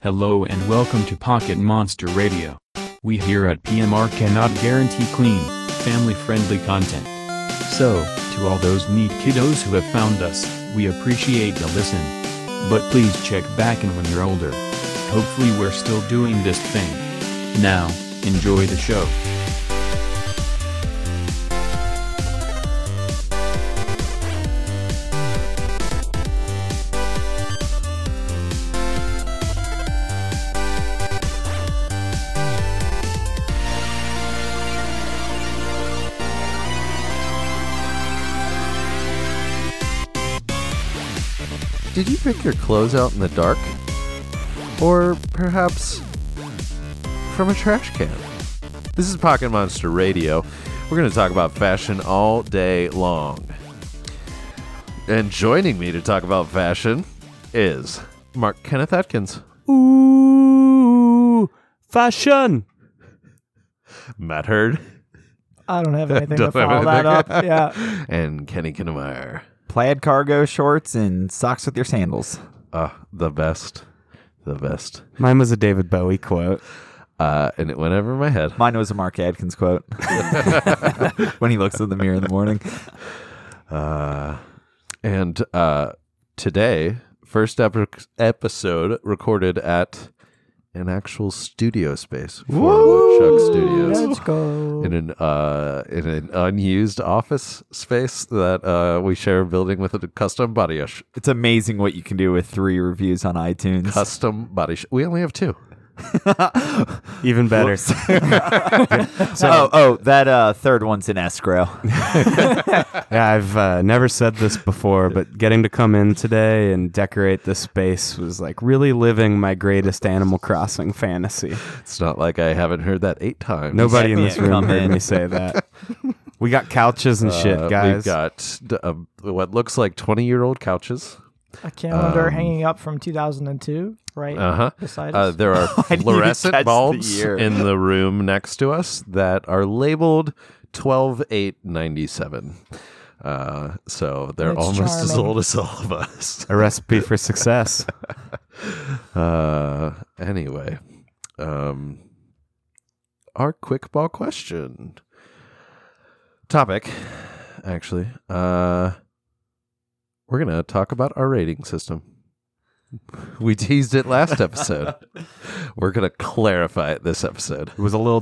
Hello and welcome to Pocket Monster Radio. We here at PMR cannot guarantee clean, family friendly content. So, to all those neat kiddos who have found us, we appreciate the listen. But please check back in when you're older. Hopefully, we're still doing this thing. Now, enjoy the show. Did you pick your clothes out in the dark? Or perhaps from a trash can? This is Pocket Monster Radio. We're going to talk about fashion all day long. And joining me to talk about fashion is Mark Kenneth Atkins, Ooh, fashion. Matt Hurd, I don't have anything to Don't have follow that up. anything. Yeah. and Kenny Kinnemeyer. plaid cargo shorts and socks with your sandals. Uh, the best. The best. Mine was a David Bowie quote. Uh, and it went over my head. Mine was a Mark Adkins quote when he looks in the mirror in the morning. And uh, today, first ep- episode recorded at an actual studio space for Woodchuck Studios go. in an uh, in an unused office space that uh, we share a building with a custom body sh- It's amazing what you can do with three reviews on iTunes. custom body. Sh- we only have two. Even better. oh, oh, that uh, third one's in escrow. yeah, I've uh, never said this before, but getting to come in today and decorate this space was like really living my greatest Animal Crossing fantasy. It's not like I haven't heard that eight times. Nobody in Yeah, this room come heard in. me say that. We got couches and Uh, shit, guys. We've got d- uh, what looks like twenty-year-old couches. a calendar Um, hanging up from 2002, right? Uh-huh. Beside Uh, us. there are didn't even catch fluorescent the bulbs year. in the room next to us that are labeled 12897. Uh, so they're That's almost as charming. old as all of us. a recipe for success. Uh, anyway, um, our quick ball question topic actually, uh, we're gonna talk about our rating system. We teased it last episode. we're gonna clarify it this episode. It was a little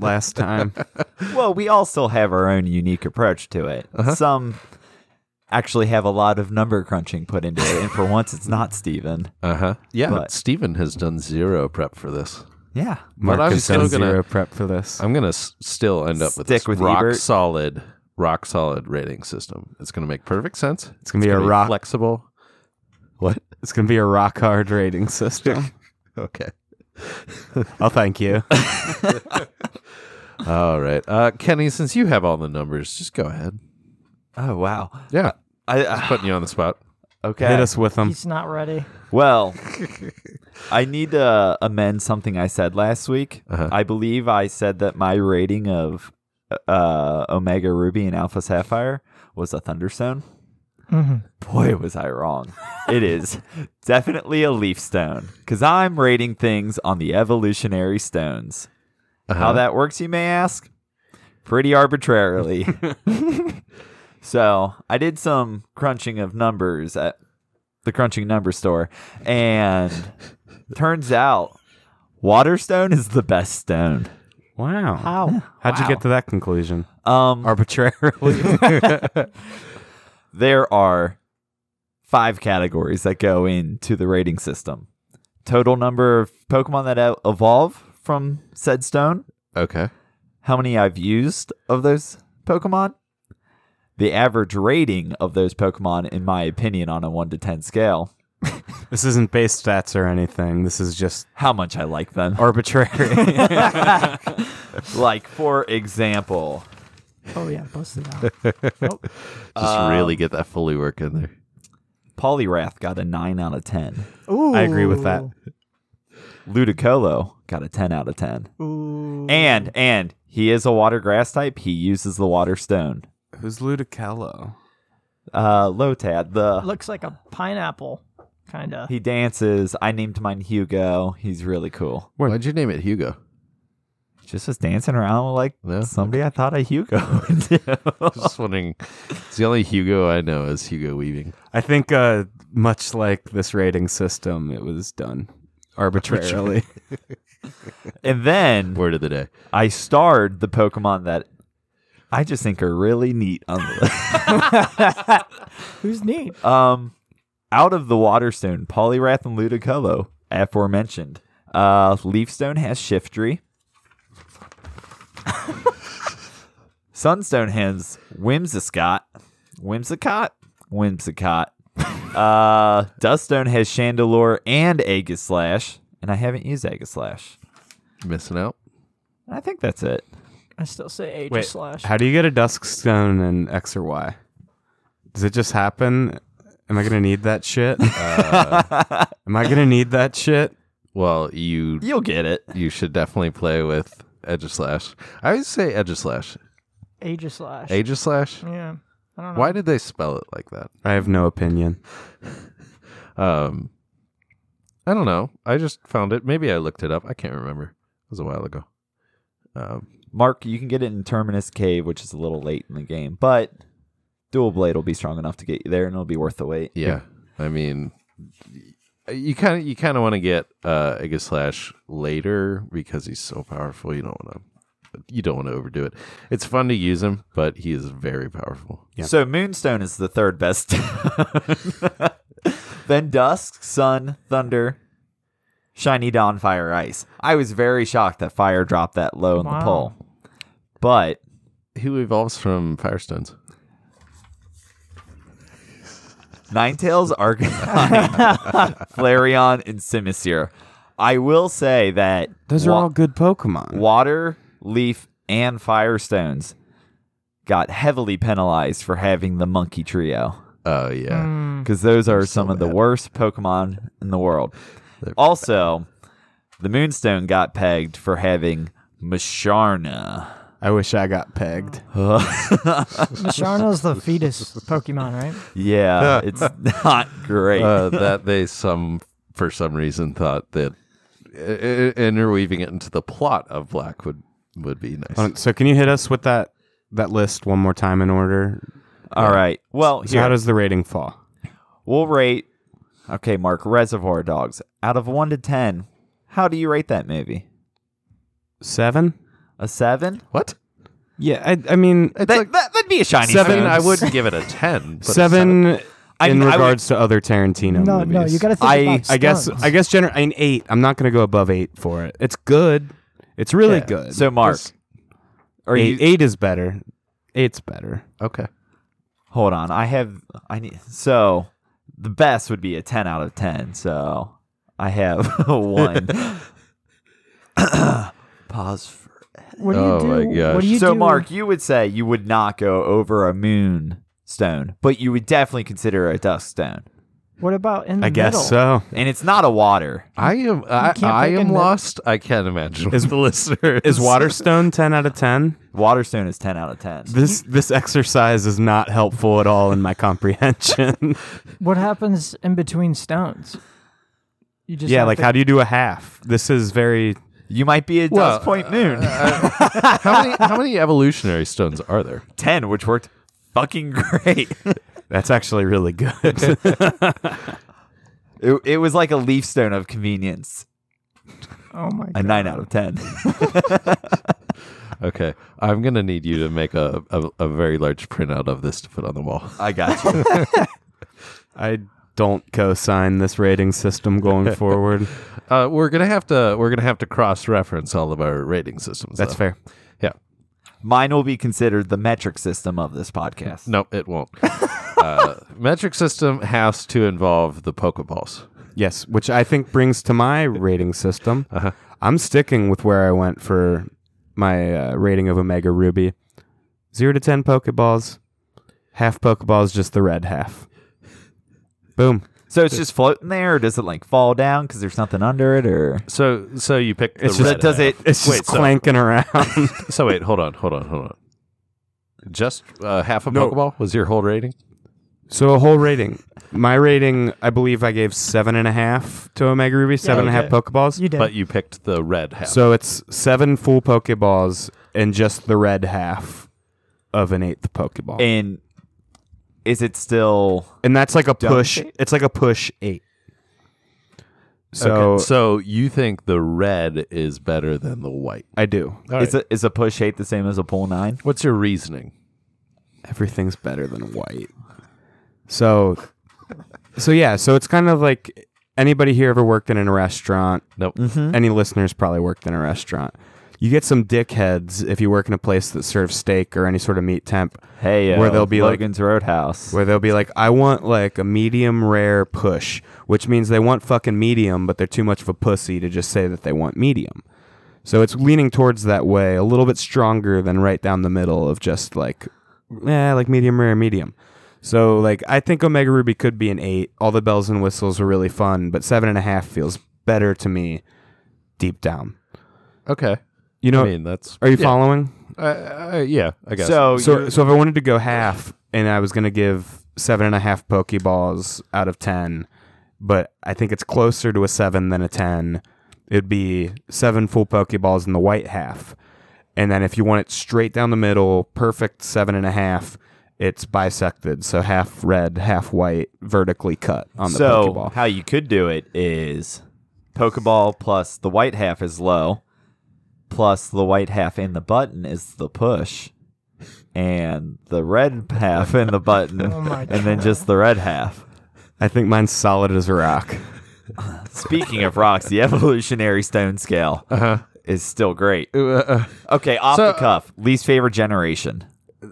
last time. well, we all still have our own unique approach to it. Uh-huh. Some actually have a lot of number crunching put into it, and for once, it's not Steven. Uh huh. Yeah, But- Steven has done zero prep for this. Yeah. But I'm Mark has still done gonna- zero prep for this. I'm gonna s- still end up with Stick this with rock Ebert. solid, rock solid rating system. It's gonna make perfect sense. It's gonna be a rock. flexible. What? It's gonna be a rock hard rating system. Okay. oh, thank you. All right. Uh, Kenny, since you have all the numbers, just go ahead. Oh, wow. Yeah. I, Just uh, putting you on the spot. okay. Hit us with them. He's not ready. Well, I need to amend something I said last week. Uh-huh. I believe I said that my rating of uh, Omega Ruby and Alpha Sapphire was a Thunderstone. Boy, was I wrong. It is definitely a leaf stone because I'm rating things on the evolutionary stones. Uh-huh. How that works, you may ask? Pretty arbitrarily. so I did some crunching of numbers at the crunching number store, and turns out Waterstone is the best stone. Wow. How? How'd you get to that conclusion? Um, Arbitrarily. there are five categories that go into the rating system. Total number of Pokemon that e- evolve from said stone, Okay. how many I've used of those Pokemon, the average rating of those Pokemon, in my opinion, on a 1 to 10 scale, this isn't base stats or anything. This is just how much I like them. arbitrary. like, for example, Oh yeah, bust it out. Just Um, really get that fully work in there. Poliwrath got a 9 out of 10, Ooh. I agree with that. Ludicolo got a 10 out of 10. Ooh. And, and, he is a water grass type. He uses the water stone. Who's Ludicolo? Uh, Lotad, the Looks like a pineapple. kind of. He dances. I named mine Hugo. He's really cool. Why'd you name it Hugo? Just was dancing around like Yeah. somebody I thought a Hugo would do. Just wondering. It's the only Hugo I know is Hugo Weaving. I think, uh, much like this rating system, it was done arbitrarily. and then Word of the day. I starred the Pokemon that I just think are really neat on the Who's neat? Uh, Um, out of the Waterstone, Poliwrath and Ludicolo, aforementioned. Uh, Leafstone has Shiftry. Sunstone has Whimsicott. Whimsicott? Whimsicott. Uh, Duststone has Chandelure and Aegislash, and I haven't used Aegislash. Missing out. And I think that's it. I still say Aegis slash. How do you get a dusk stone in X or Y? Does it just happen? Am I gonna need that shit? am I gonna need that shit? Well, you You'll get it. you should definitely play with Edgeslash. I would say Edgeslash. Aegis slash. Aegislash? yeah. I don't know. Why did they spell it like that? I have no opinion. Um, I don't know. I just found it. Maybe I looked it up. I can't remember. It was a while ago. Um, Mark, you can get it in Terminus Cave, which is a little late in the game, but Dual Blade will be strong enough to get you there, and it'll be worth the wait. yeah. I mean, you kind of you kind of want to get uh, Aegislash later because he's so powerful. You don't want to. You don't want to overdo it. It's fun to use him, but he is very powerful. So Moonstone is the third best. then Dusk, Sun, Thunder, Shiny Dawn, Fire, Ice. I was very shocked that Fire dropped that low in Wow. the poll, but Who evolves from Firestones? Ninetales, Arcanine, Flareon, and Simisear. I will say that Those are wa- all good Pokemon. water, leaf, and firestones got heavily penalized for having the monkey trio Oh yeah. Hmm. because those are some of the worst Pokemon in the world. also, the Moonstone got pegged for having Masharna. I wish I got pegged. Masharna's the fetus Pokemon, right? Yeah, it's not great. uh, that they some for some reason thought that uh, interweaving it into the plot of Black would would be nice. Hold on, So can you hit us with that that list one more time in order? All right. Well, So how here, does the rating fall? we'll rate. Okay, Mark, Reservoir Dogs. Out of 1 to 10, how do you rate that movie? Seven? A 7? What? Yeah, I, I mean That, that, that'd be a shiny I Seven, mean, stone. I wouldn't give it a ten. But a seven in I mean, I would- regards to other Tarantino No, movies. no, you got to think I- about I guess stunts. I guess gener- an eight. I'm not gonna go above eight for it. It's good. It's really good. So, Mark, are you eight, eight is better. Eight's better. Okay. Hold on, I have I need so the best would be a ten out of ten. So I have a one. Pause. For, What do you Oh do? my gosh. What do you so do? Mark, you would say you would not go over a moon stone, but you would definitely consider a dusk stone, What about in the I guess middle? so. and it's not a water. I am. I, can't I pick a am num- lost. I can't imagine. Is- the listener Is Waterstone ten out of ten? Water stone is ten out of ten. This this exercise is not helpful at all in my comprehension. What happens in between stones? You just yeah, have like to- how do you do a half? This is very You might be a Well, dusk point moon how many how many evolutionary stones are there? ten, which worked fucking great. that's actually really good. it, it was like a leaf stone of convenience. Oh my A god. nine out of ten. Okay, I'm gonna need you to make a, a a very large printout of this to put on the wall. I got you. I don't co-sign this rating system going forward. Uh, we're gonna have to we're gonna have to cross reference all of our rating systems. That's though. fair. Yeah. Mine will be considered the metric system of this podcast. No, it won't. uh, metric system has to involve the Pokeballs. Yes, which I think brings to my rating system. Uh-huh. I'm sticking with where I went for my uh, rating of Omega Ruby. Zero to ten Pokeballs, half Pokeballs, just the red half. Boom. So it's just floating there, or does it like fall down because there's nothing under it, or So, so you pick the It's red. just- does half. it? It's just Wait, so- clanking around. So wait, hold on, hold on, hold on. Just uh, half a No. Pokeball was your whole rating? So a whole rating. My rating, I believe I gave seven and a half to Omega Ruby, seven and a half okay. Pokeballs. You did. But you picked the red half. So it's seven full Pokeballs and just the red half of an eighth Pokeball. And is it still and that's like a Dump push. it? It's like a push eight. So, Okay, so you think the red is better than the white? I do. is a, is a push eight the same as a pull nine? What's your reasoning? Everything's better than white. So, so yeah. So it's kind of like anybody here ever worked in a restaurant. Nope. Any listeners probably worked in a restaurant. You get some dickheads if you work in a place that serves steak or any sort of meat temp, Hey, uh, Where they'll be like- Logan's Roadhouse. where they'll be like, "I want like a medium rare push," which means they want fucking medium, but they're too much of a pussy to just say that they want medium. So it's leaning towards that way, a little bit stronger than right down the middle of just like, eh, like medium rare, medium. So like, I think Omega Ruby could be an eight. All the bells and whistles were really fun, but seven and a half feels better to me, deep down. Okay. You know, I mean, that's. are you yeah, following? Uh, uh, yeah, I guess. So, So, you're- so if I wanted to go half, and I was gonna give seven and a half Pokeballs out of ten, but I think it's closer to a seven than a ten. It'd be seven full Pokeballs in the white half, and then if you want it straight down the middle, perfect seven and a half. It's bisected, so half red, half white, vertically cut on the so Pokeball. how you could do it is Pokeball plus the white half is low, plus the white half and the button is the push, and the red half and the button, Oh my and then just the red half. I think mine's solid as a rock. Speaking of rocks, the evolutionary stone scale is still great. Uh, uh, Okay, off So- the cuff, least favorite generation.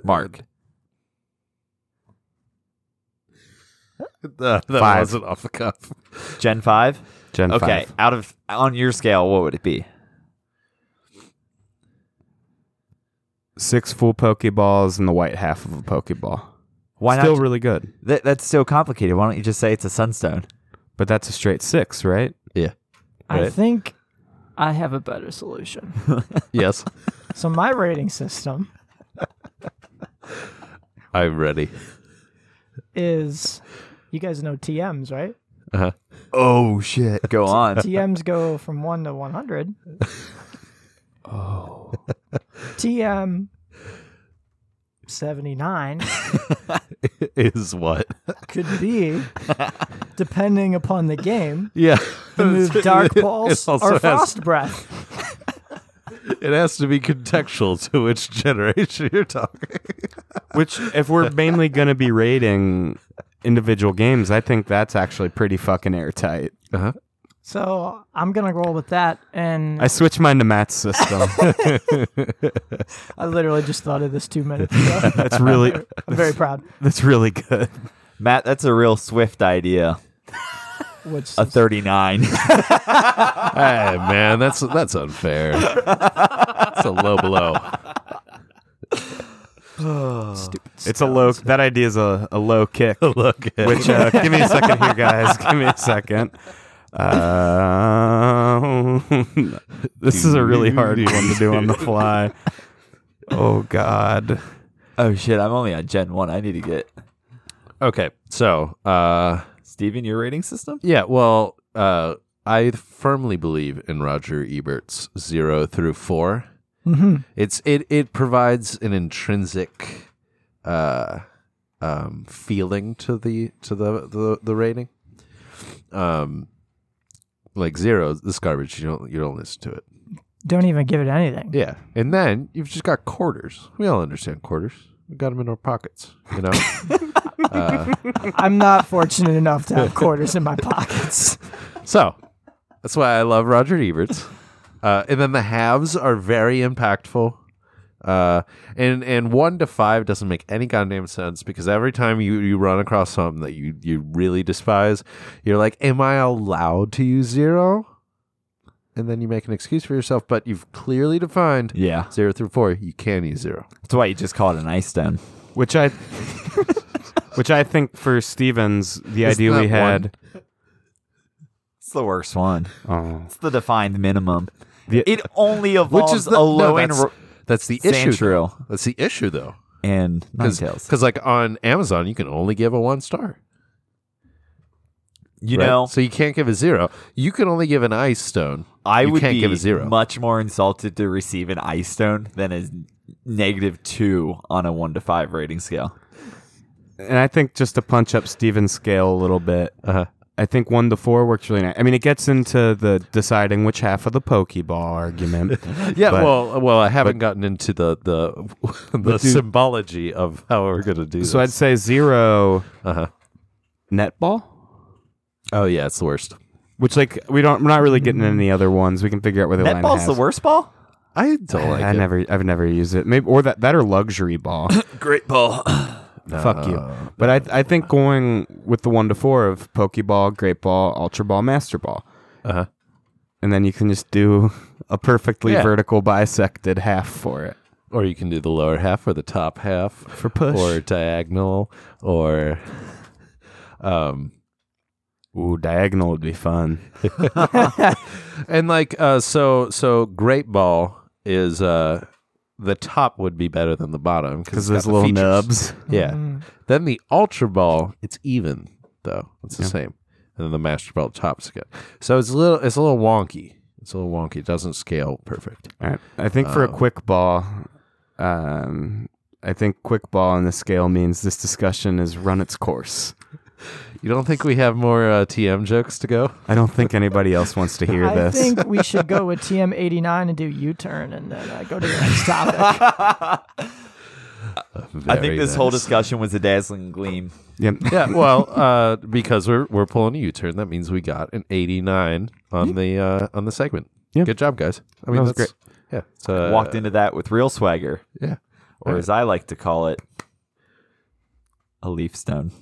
Mark. uh, that that Five. wasn't off the cuff. Gen 5? Gen Okay, five. out of on your scale, what would it be? Six full Pokeballs in the white half of a Pokeball. Why Still not? really good, That, that's so complicated. Why don't you just say it's a sunstone? but that's a straight six, right? Yeah. I Right. think I have a better solution. Yes. so my rating system I'm ready. is you guys know TMs, right? Oh shit! Go on. TMs go from 1 to 100. Oh. Oh. TM 79 Is what? could be, depending upon the game, Yeah. the move Dark Pulse also or has- Frost Breath. It has to be contextual to which generation you're talking. Which, if we're mainly going to be rating individual games, I think that's actually pretty fucking airtight. Uh-huh. So I'm going to roll with that. And I switched mine to Matt's system. I literally just thought of this two minutes ago. that's really I'm very proud. that's really good. Matt, that's a real swift idea. Which A 39. Hey, man, that's that's unfair. It's a low blow. stupid. It's a low. That idea is a, a low kick. Look at Which uh, give me a second here, guys. Give me a second. Uh, this is a really hard one to do on the fly. Oh God. oh shit! I'm only on Gen One. I need to get Okay, so uh, Steven, your rating system. yeah, well, uh, I firmly believe in Roger Ebert's zero through 4 It's it it provides an intrinsic uh, um, feeling to the to the the, the rating. Um, like zero, this garbage. You don't you don't listen to it. Don't even give it anything. Yeah, and then you've just got quarters. We all understand quarters. We got them in our pockets. You know. I'm not fortunate enough to have quarters in my pockets. So that's why I love Roger Ebert's. Uh, and then the halves are very impactful. Uh, and and one to five doesn't make any goddamn sense because every time you, you run across something that you, you really despise, you're like, Am I allowed to use zero? And then you make an excuse for yourself, but you've clearly defined Yeah, zero through four, you can use zero. that's why you just call it an ice stone. which I which I think for Stevens the Isn't idea we that had It's the worst one. oh, It's the defined minimum. The- it only evolves Which is the a no, low end. that's, ro- that's the issue. Sandrill. though. That's the issue though. and Ninetales. Because like on Amazon, you can only give a one star. You right? know, so you can't give a zero. You can only give an ice stone. I you would can't be give a zero. much more insulted to receive an ice stone than a negative two on a one to five rating scale. And I think just to punch up Steven's scale a little bit, Uh-huh. I think one to four works really nice. I mean, it gets into the deciding which half of the Pokeball argument. yeah, but- well, well, I haven't gotten into the the the symbology of how we're gonna do. so I'd this. say zero Uh-huh. netball, oh yeah, it's the worst. which like we don't. We're not really getting any other ones. We can figure out where the line Netball's the halves- worst ball. I don't like I it. never, I've never used it. Maybe or that that or luxury ball. Great ball. Fuck you. But I, I think going with the one to four of Pokeball, Great Ball, Ultra Ball, Master Ball. Uh-huh. And then you can just do a perfectly Yeah. vertical bisected half for it. Or you can do the lower half or the top half for push. or diagonal or um Ooh, diagonal would be fun. and like uh so so great ball is uh the top would be better than the bottom Because it's those got the little features. nubs. Yeah. Mm-hmm. Then the ultra ball, it's even though. It's the same. And then the master ball top's good. So it's a little it's a little wonky. It's a little wonky. It doesn't scale perfect. All right. I think for a quick ball, um, I think quick ball on the scale means this discussion has run its course. You don't think we have more uh, TM jokes to go? I don't think anybody else wants to hear I this. think we should go with TM89 and do U-turn and then uh, go to the next topic. I think Very this whole nice. discussion was a dazzling gleam. Yep. yeah, well, uh, because we're we're pulling a U-turn, that means we got an 89 on the uh, on the segment. Yeah. Good job, guys. I mean, That was that's Yeah, it's, uh, Walked into that with real swagger, Yeah, or as I like to call it, a leaf stone.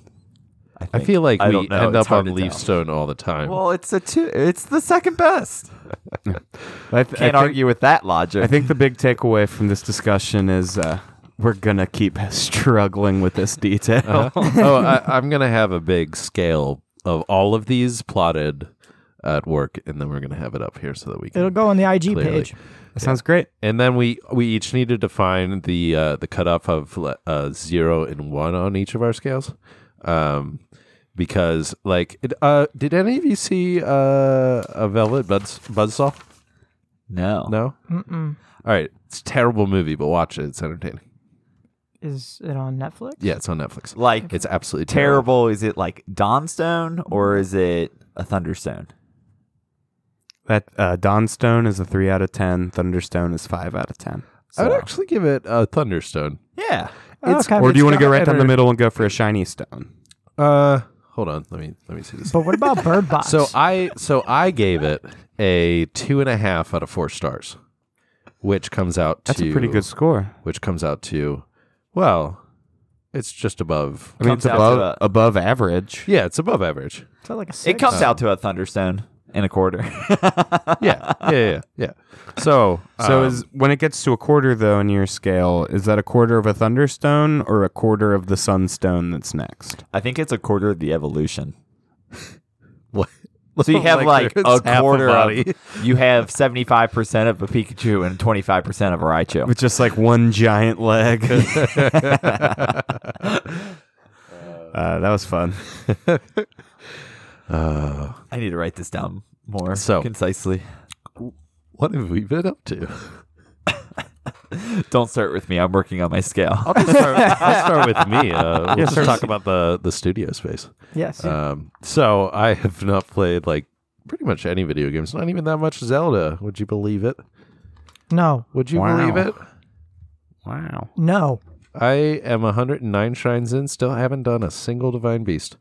I think. feel like I we don't know. end It's up on hard to tell. Leafstone all the time. Well, it's a two. It's the second best. I, th- I Can't think- argue with that logic. I think the big takeaway from this discussion is uh, we're gonna keep struggling with this detail. Uh-huh. oh, I, I'm gonna have a big scale of all of these plotted at work, and then we're gonna have it up here so that we can. It'll go on the IG Clearly. page. That sounds great. and then we we each need to define the uh, the cutoff of le- uh, zero and one on each of our scales, um, because like it, uh, did any of you see uh, a Velvet Buzz Buzzsaw? no. No. Mm-mm. right, it's a terrible movie, but watch it. It's entertaining. Is it on Netflix? Yeah, it's on Netflix. Like It's absolutely terrible. terrible. Is it like Dawnstone or is it a Thunderstone? That uh, Dawnstone is a three out of ten. Thunderstone is five out of ten. I would actually give it uh, Thunderstone. Yeah. Oh, It's, Or do you want to go right down better- the middle and go for a shiny stone? Uh, hold on. Let me let me see this. But what about Bird Box? So I so I gave it a two and a half out of four stars, which comes out to That's a pretty good score. Which comes out to, well, it's just above. I mean, Comes it's out to above a- above average. Uh, Yeah, it's above average. Is that like a six? It comes out to a Thunderstone and a quarter. Yeah, yeah, yeah, yeah. So So um, is when it gets to a quarter though in your scale, is that a quarter of a thunderstone or a quarter of the sunstone that's next? I think it's a quarter of the evolution. what? So you have like, it's half a quarter body. of you have seventy five percent of a Pikachu and twenty five percent of a Raichu. With just like one giant leg. uh, Uh, that was fun. I need to write this down more So- concisely. What have we been up to? Don't start with me. I'm working on my scale. I'll start, I'll start with me. Uh, let's just talk about the the studio space. Yes. Um, so I have not played like pretty much any video games. Not even that much Zelda. Would you believe it? no. Would you Wow. believe it? Wow. No. I am 109 shrines in. Still haven't done a single divine beast.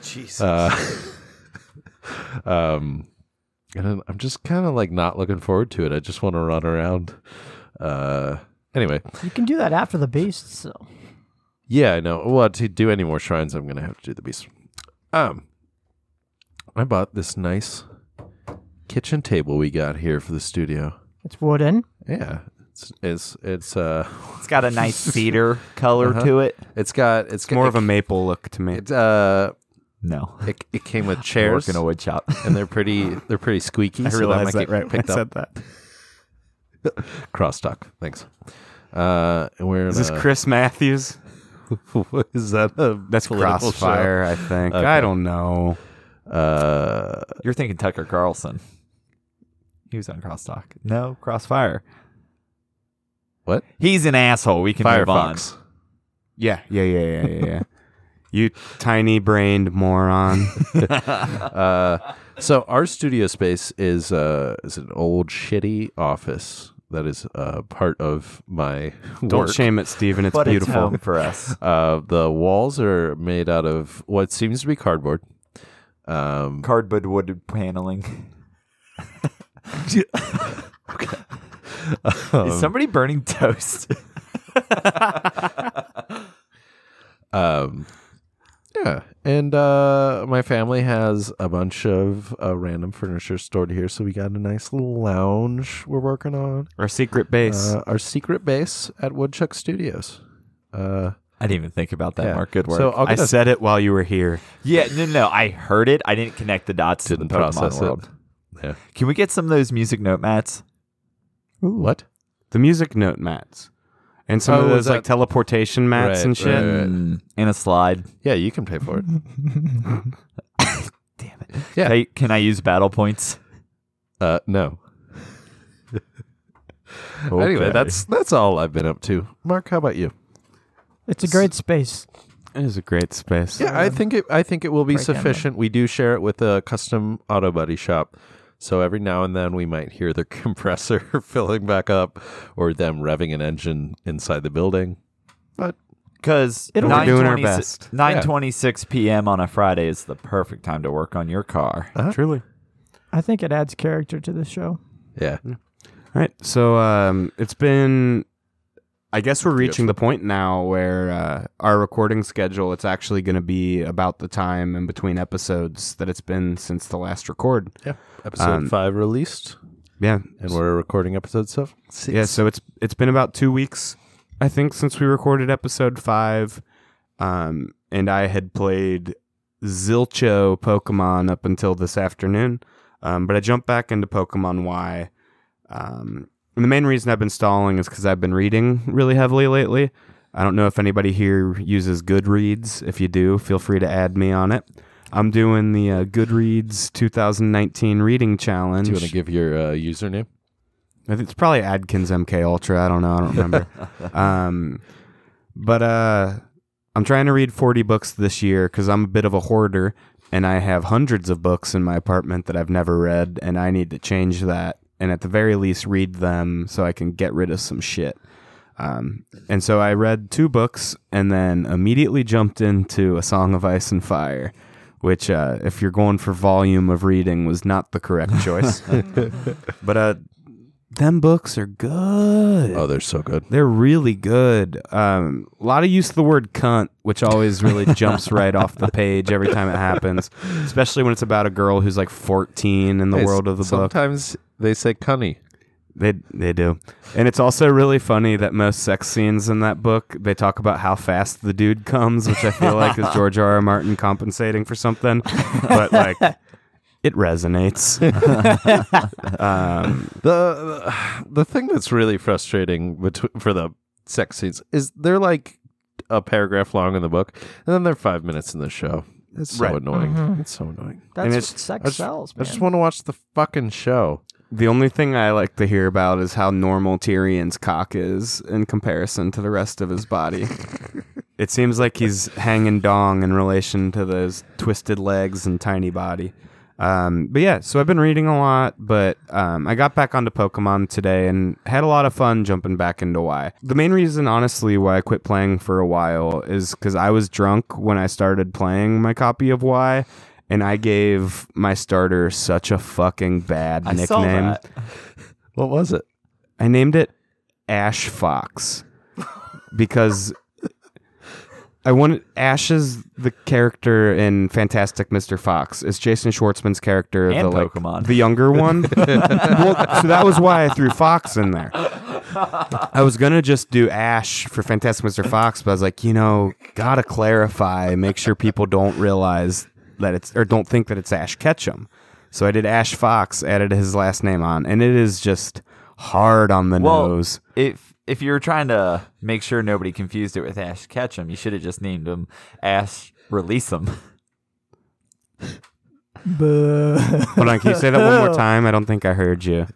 Jesus. Uh, um, and I'm- I'm just kind of like not looking forward to it. I just want to run around. Uh, anyway, You can do that after the beast, so. Yeah, I know. Well, to do any more shrines, I'm gonna have to do the beast. Um, I bought this nice kitchen table we got here for the studio. It's wooden. Yeah, it's it's it's uh, It's got a nice cedar color to it. it's got it's More got, of a maple look to me. It, uh, No, it, it came with chairs, work in a wood shop. and they're pretty they're pretty squeaky. so that might get picked up. that. Crosstalk. Thanks. Uh, and we're Is this gonna- Chris Matthews? What is that? A That's political show? Crossfire, I think. Okay. I don't know. Uh, You're thinking Tucker Carlson. He was on Crosstalk. No, Crossfire. what? He's an asshole. We can move on. Firefox. Yeah, yeah, yeah, yeah, yeah. yeah. you tiny brained moron. Uh, So our studio space is uh is an old shitty office that is uh part of my don't work. shame it, Steven. It's But it's beautiful. home for us. Uh, the walls are made out of what seems to be cardboard. Um, Cardboard wood paneling. Is somebody burning toast? um, yeah, and uh, my family has a bunch of uh, random furniture stored here, so we got a nice little lounge we're working on. Our secret base. Uh, our secret base at Woodchuck Studios. Uh, I didn't even think about that, Yeah. Mark. Good work. So I'll I get a- said it while you were here. yeah, no, no. I heard it. I didn't connect the dots Didn't to the Pokemon process it. world. Yeah. Can we get some of those music note mats? what? The music note mats. And some Oh, of was those that- like teleportation mats Right, and shit. right, right. Mm, in a slide. Yeah, you can pay for it. Damn it. Yeah. Can I, can I use battle points? Uh, no. Anyway, Okay. that's that's all I've been up to. Mark, how about you? It's a great space. It is a great space. Yeah, I think it. I think it will be break down sufficient. We do share it with a custom auto buddy shop, so every now and then we might hear the compressor filling back up or them revving an engine inside the building. But Because It'll- We're doing our best. 9:26 p.m. on a Friday is the perfect time to work on your car. Truly. I think it adds character to the show. yeah, All right. So um, it's been. I guess we're reaching the point now where uh, our recording schedule. It's actually going to be about the time in between episodes that it's been since the last record. yeah. Episode Um, five released, Yeah. and we're recording episode stuff. Yeah. So it's it's been about two weeks, I think, since we recorded episode five, um, and I had played Zilcho Pokemon up until this afternoon, um, but I jumped back into Pokemon Y. Um, and the main reason I've been stalling is because I've been reading really heavily lately. I don't know if anybody here uses Goodreads. If you do, feel free to add me on it. I'm doing the uh, Goodreads 2019 reading challenge. Do you want to give your uh, username? I think it's probably Adkins MK Ultra. I don't know. I don't remember. um, but uh, I'm trying to read 40 books this year because I'm a bit of a hoarder and I have hundreds of books in my apartment that I've never read, and I need to change that and at the very least read them so I can get rid of some shit. Um, and so I read two books and then immediately jumped into A Song of Ice and Fire, which, uh, if you're going for volume of reading, was not the correct choice. but uh, them books are good. Oh, they're so good. They're really good. Um, a lot of use of the word cunt, which always really jumps right off the page every time it happens, especially when it's about a girl who's like 14 in the Hey, world of the book. sometimes they say cunny. They they do, and it's also really funny that most sex scenes in that book they talk about how fast the dude comes, which I feel like is George R. R. Martin compensating for something, but like it resonates. um, The the thing that's really frustrating between for the sex scenes is they're like a paragraph long in the book, and then they're five minutes in the show. It's so Right. Mm-hmm. annoying. It's so annoying. That's it's- what I sex just- sells, I man. just want to watch the fucking show. the only thing I like to hear about is how normal Tyrion's cock is in comparison to the rest of his body. it seems like he's hanging dong in relation to those twisted legs and tiny body. Um, but yeah, so I've been reading a lot, but um, I got back onto Pokemon today and had a lot of fun jumping back into Y. The main reason, honestly, why I quit playing for a while is because I was drunk when I started playing my copy of Y, and I gave my starter such a fucking bad I nickname. saw that. What was it? I named it Ash Fox because I wanted Ash is the character in Fantastic Mr. Fox. It's Jason Schwartzman's character, And the like, Pokemon. the younger one. well, so that was why I threw Fox in there. I was gonna just do Ash for Fantastic Mr. Fox, but I was like, you know, gotta clarify, make sure people don't realize that it's or don't think that it's Ash Ketchum. So I did Ash Fox, added his last name on, and it is just hard on the Well, nose. If if you were trying to make sure nobody confused it with Ash Ketchum, you should have just named him Ash Release him. Boo. Hold on, can you say that one more time? I don't think I heard you.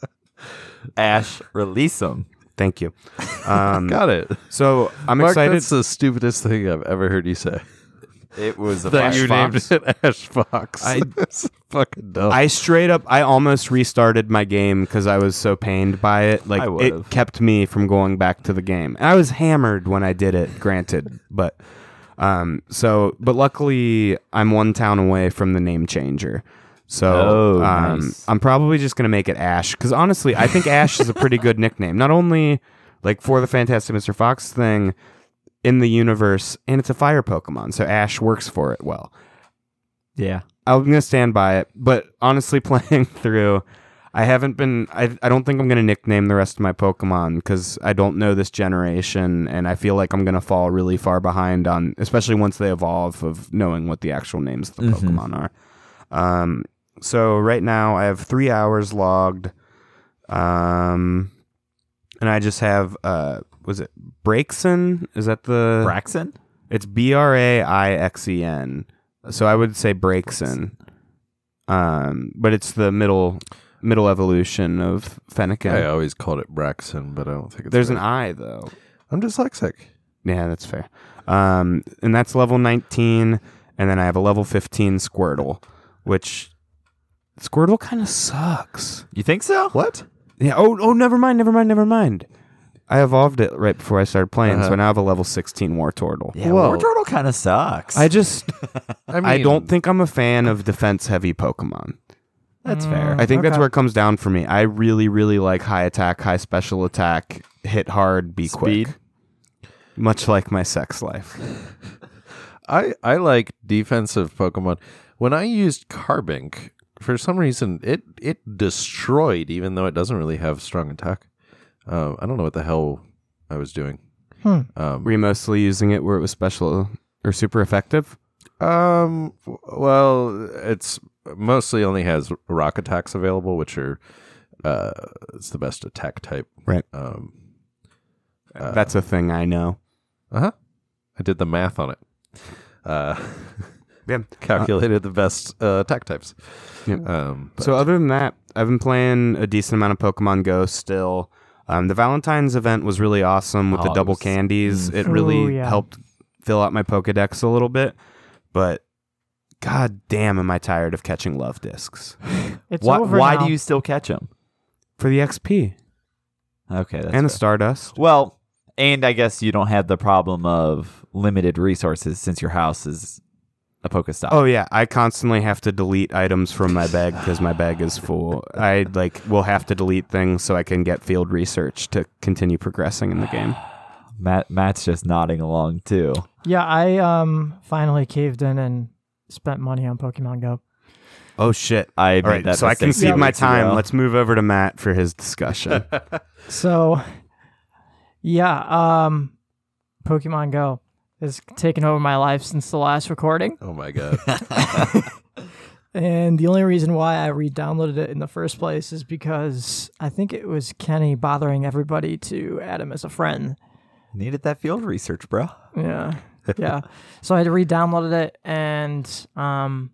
Ash Release him. Thank you. Um, Got it. so I'm Mark, excited. that's the stupidest thing I've ever heard you say. It was a That Flash you Fox. named it Ash Fox. I- That's fucking Oh. dumb. I straight up, I almost restarted my game because I was so pained by it. Like I would've. it kept me from going back to the game. And I was hammered when I did it, granted, but um, so but luckily I'm one town away from the name changer. So Oh, um, nice. I'm probably just gonna make it Ash because honestly, I think Ash is a pretty good nickname. Not only like for the Fantastic Mr. Fox thing in the universe, and it's a fire Pokemon, so Ash works for it well. Yeah. I'm gonna stand by it. But honestly, playing through, I haven't been. I I don't think I'm gonna nickname the rest of my Pokemon because I don't know this generation, and I feel like I'm gonna fall really far behind on, especially once they evolve, of knowing what the actual names of the Pokemon are. Um. So right now, I have three hours logged. Um. And I just have uh, was it Braxen? Is that the Braxton? it's B R A I X E N. So I would say Braxen. Um, but it's the middle middle evolution of Fennekin. I always called it Braxton, but I don't think it's There's an right. I though. I'm dyslexic. Yeah, that's fair. Um, and that's level 19 and then I have a level 15 Squirtle, which Squirtle kind of sucks. You think so? What? Yeah, oh oh never mind, never mind, never mind. I evolved it right before I started playing, so Uh-huh. now I have a level 16 War Turtle. Yeah, Whoa. War Turtle kind of sucks. I just I mean, I don't think I'm a fan of defense heavy Pokemon. That's fair. I think that's Okay. where it comes down for me. I really, really like high attack, high special attack, hit hard, be Speed. quick. Much like my sex life. I I like defensive Pokemon. When I used Carbink, for some reason it it destroyed, even though it doesn't really have strong attack. Um, I don't know what the hell I was doing. Hmm. Um, Were you mostly using it where it was special or super effective? um, w- well, it's mostly only has rock attacks available, which are uh, it's the best attack type. Right. Um, that's a thing I know. Uh huh. I did the math on it. Uh, Yeah. calculated the best uh, attack types. Yeah. Um, but- So other than that, I've been playing a decent amount of Pokemon Go still. Um, the Valentine's event was really awesome with Oh, the it double was- candies. It Ooh, really yeah. helped fill out my Pokedex a little bit, but god damn am I tired of catching love discs. It's why over why now. do you still catch him? For the XP. Okay, that's and fair. the Stardust. Well, and I guess you don't have the problem of limited resources since your house is a Pokestop. Oh yeah, I constantly have to delete items from my bag because my bag is full. I like will have to delete things so I can get field research to continue progressing in the game. Matt, Matt's just nodding along too. Yeah, I um finally caved in and spent money on Pokemon Go. Oh shit! I made All right, that so I mistake concede two my weeks time. ago. Let's move over to Matt for his discussion. So, yeah, um, Pokemon Go has taken over my life since the last recording, oh my god. and the only reason why I re-downloaded it in the first place is because I think it was Kenny bothering everybody to add him as a friend. Needed that field research, bro. Yeah, yeah. so I had re-downloaded it, and um,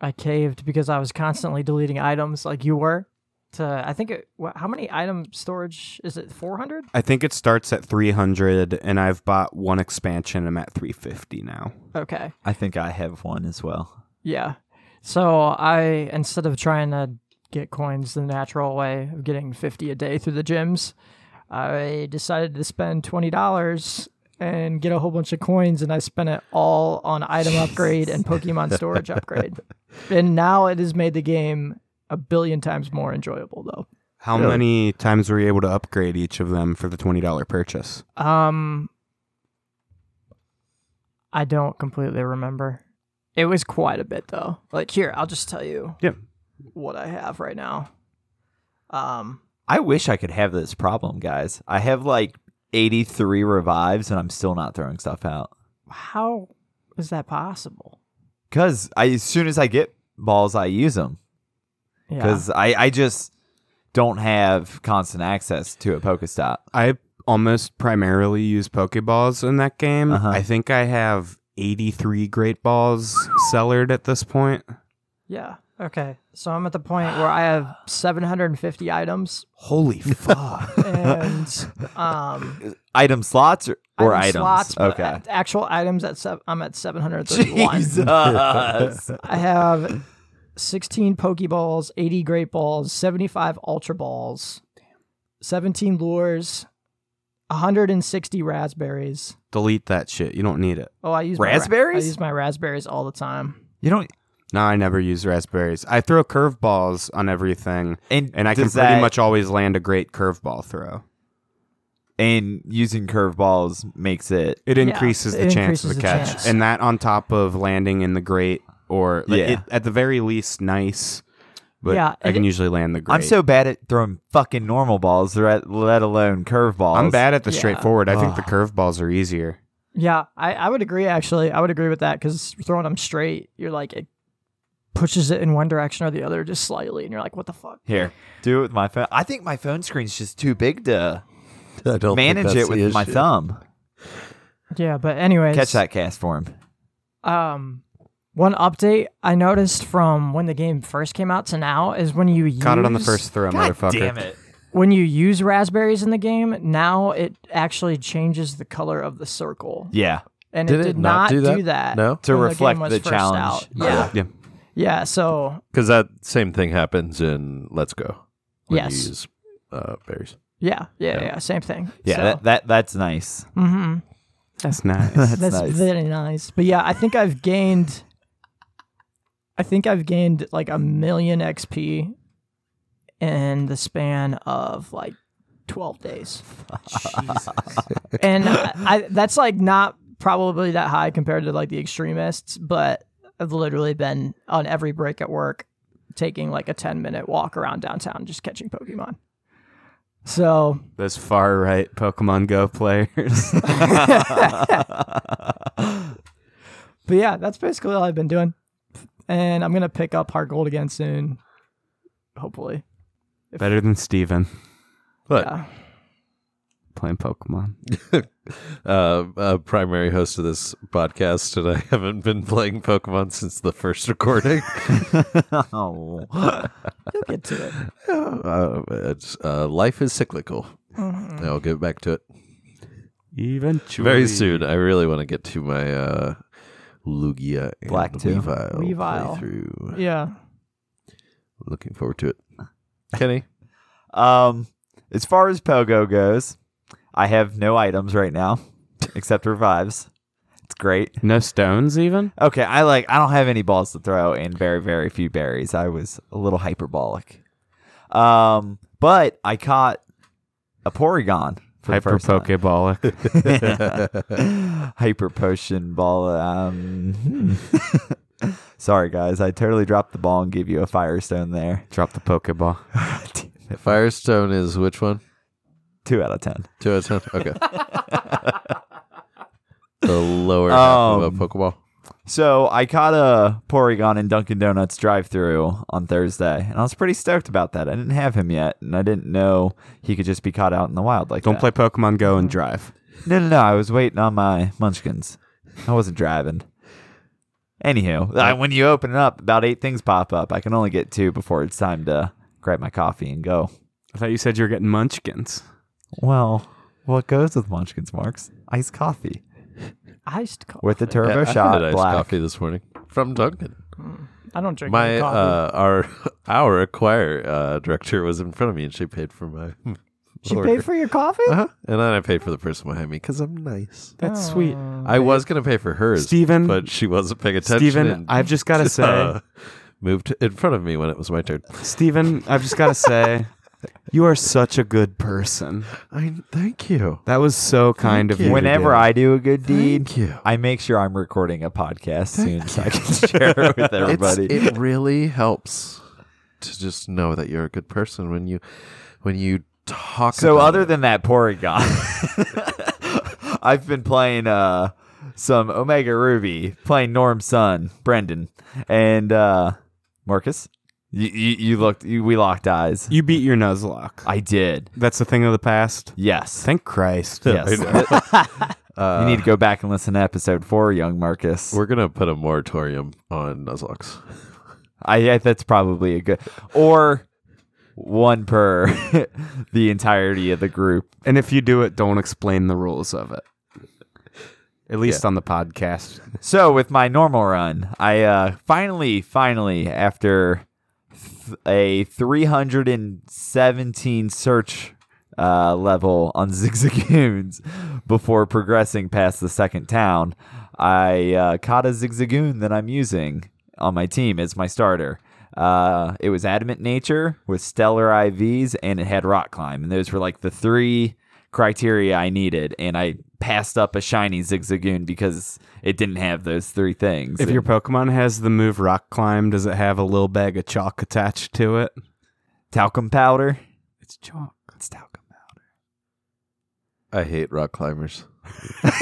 I caved because I was constantly deleting items like you were. To I think it, wha- how many item storage is it? Four hundred. I think it starts at 300, and I've bought one expansion. I'm at 350 now. Okay. I think I have one as well. Yeah. So I instead of trying to get coins the natural way of getting 50 a day through the gyms, I decided to spend $20 and get a whole bunch of coins and I spent it all on item upgrade and Pokemon storage upgrade. And now it has made the game a billion times more enjoyable though. How Really? many times were you able to upgrade each of them for the twenty dollar purchase? Um, I don't completely remember. It was quite a bit though. Like here, I'll just tell you. Yep. What I have right now. Um. I wish I could have this problem, guys. I have like 83 revives and I'm still not throwing stuff out. How is that possible? Cuz I as soon as I get balls I use them. Yeah. because I, I just don't have constant access to a Pokestop. I almost primarily use Pokeballs in that game. Uh-huh. I think I have 83 Great Balls cellared at this point. Yeah. Okay. So I'm at the point where I have 750 items Holy fuck. and um Item slots or, or item items? slots, but okay. a- actual items at seven, I'm at 731. Jesus. I have 16 Pokeballs, 80 Great Balls, 75 Ultra Balls, 17 Lures, 160 Raspberries. Delete that shit. You don't need it. Oh, I use my ra- Raspberries? I use my raspberries all the time. you don't. No, I never use raspberries. I throw curveballs on everything, And, and I can does pretty that- much always land a great curveball throw. And using curveballs makes it. It Yeah, increases the it chance of increases a the catch, chance. and that on top of landing in the great or like, Yeah. it, at the very least nice. But Yeah, I can it- usually land the great. I'm so bad at throwing fucking normal balls, let let alone curveballs. I'm bad at the Yeah. straightforward. I think the curveballs are easier. Yeah, I, I would agree, actually. I would agree with that because throwing them straight, you're like, it pushes it in one direction or the other just slightly, and you're like, what the fuck? Here, do it with my phone. I think my phone screen's just too big to I don't think manage that's it the with my issue. thumb. Yeah, but anyways. Catch that cast for him. Um, one update I noticed from when the game first came out to now is when you use, Caught it on the first throw, motherfucker. it. when you use raspberries in the game, now it actually changes the color of the circle, Yeah, and Did it it did not not, do that? No? to when the reflect game was the, first challenge. out. Yeah, Yeah. yeah. So Because that same thing happens in Let's Go. when you Yes. use, uh, berries. yeah, yeah, yeah, same thing. yeah. So, That, that that's nice. mhm. That's nice. That's nice. very nice. But yeah, I think I've gained. I think I've gained like a million XP in the span of like twelve days. and I, I, that's like not probably that high compared to like the extremists, but I've literally been on every break at work taking like a ten minute walk around downtown just catching Pokemon. So Those far right Pokemon Go players. But yeah, that's basically all I've been doing. And I'm gonna pick up Heart Gold again soon. Hopefully. Better than Steven But Yeah. playing Pokemon. uh, uh, primary host of this podcast, and I haven't been playing Pokemon since the first recording. oh, You'll get to it. uh, it's, uh, life is cyclical. Mm-hmm. I'll get back to it Eventually. very soon. I really want to get to my uh, Lugia and Black two. Weavile, Weavile. playthrough. Yeah. Looking forward to it. Kenny, Um, as far as Pogo goes, I have no items right now except revives. It's great. No stones, even? Okay, I like I don't have any balls to throw and very very few berries. I was a little hyperbolic. Um, but I caught a Porygon for the Hyper first time. Pokeball. hyper potion ball. Um, hmm. sorry guys, I totally dropped the ball and gave you a firestone there. Drop the Pokeball. Firestone is which one? Two out of ten. Two out of ten. Okay. the lower half of Um, a Pokeball. So I caught a Porygon in Dunkin' Donuts drive-through on Thursday, and I was pretty stoked about that. I didn't have him yet, and I didn't know he could just be caught out in the wild like Don't that. play Pokemon Go and drive. No, no, no. I was waiting on my munchkins. I wasn't driving. Anywho, uh, when you open it up, about eight things pop up. I can only get two before it's time to grab my coffee and go. I thought you said you were getting munchkins. Well, what goes with munchkins, Marks? Iced coffee Iced coffee. with the turbo I shot had iced black. coffee this morning from Dunkin'. I don't drink my any coffee. uh our our choir uh director was in front of me and she paid for my she order. paid for your coffee? uh-huh. and then i paid for the person behind me because i'm nice That's sweet. i was gonna pay for hers Steven- but she wasn't paying attention Steven, and, I've just got to say, uh, moved in front of me when it was my turn Steven, I've just got to say, you are such a good person. i thank you That was so kind of you. you. to Whenever do. I do a good deed, Thank you. I make sure I'm recording a podcast soon so I can share it with It's- everybody. it really helps to just know that you're a good person when you when you talk So about other it. than that Porygon, I've been playing uh some Omega Ruby, playing Norm Sun, Brendan, and uh Marcus. You, you, you looked. You, we locked eyes. You beat your Nuzlocke. I did. That's a thing of the past. Yes. Thank Christ. yes. Uh, you need to go back and listen to episode four, young Marcus. We're gonna put a moratorium on Nuzlocks. I, I that's probably a good or one per the entirety of the group. And if you do it, don't explain the rules of it. At least on the podcast. So with my normal run, I uh, finally, finally, after th- a 317 search uh, level on Zigzagoons before progressing past the second town, I uh, caught a Zigzagoon that I'm using on my team as my starter. Uh, it was Adamant Nature with Stellar IVs, and it had Rock Climb, and those were like the three criteria I needed, and I passed up a shiny Zigzagoon because it didn't have those three things. If your Pokemon has the move Rock Climb, does it have a little bag of chalk attached to it? talcum powder, It's chalk. it's talcum I hate rock climbers. powder.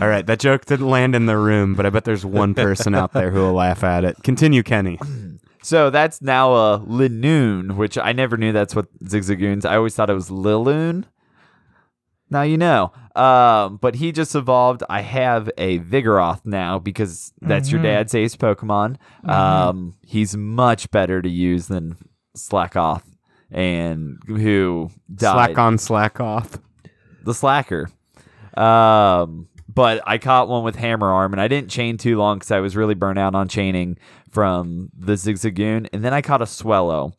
All right, that joke didn't land in the room, but I bet there's one person out there who will laugh at it. Continue, Kenny. so that's now a Linoon, which I never knew that's what Zigzagoons. I always thought it was Liloon. Now you know. Um, but he just evolved. I have a Vigoroth now because that's your dad's ace Pokemon. Um, he's much better to use than Slackoth, and who died. Slack on, slack off. the slacker. Um, but I caught one with hammer arm, and I didn't chain too long because I was really burnt out on chaining from the zigzagoon. And then I caught a swellow,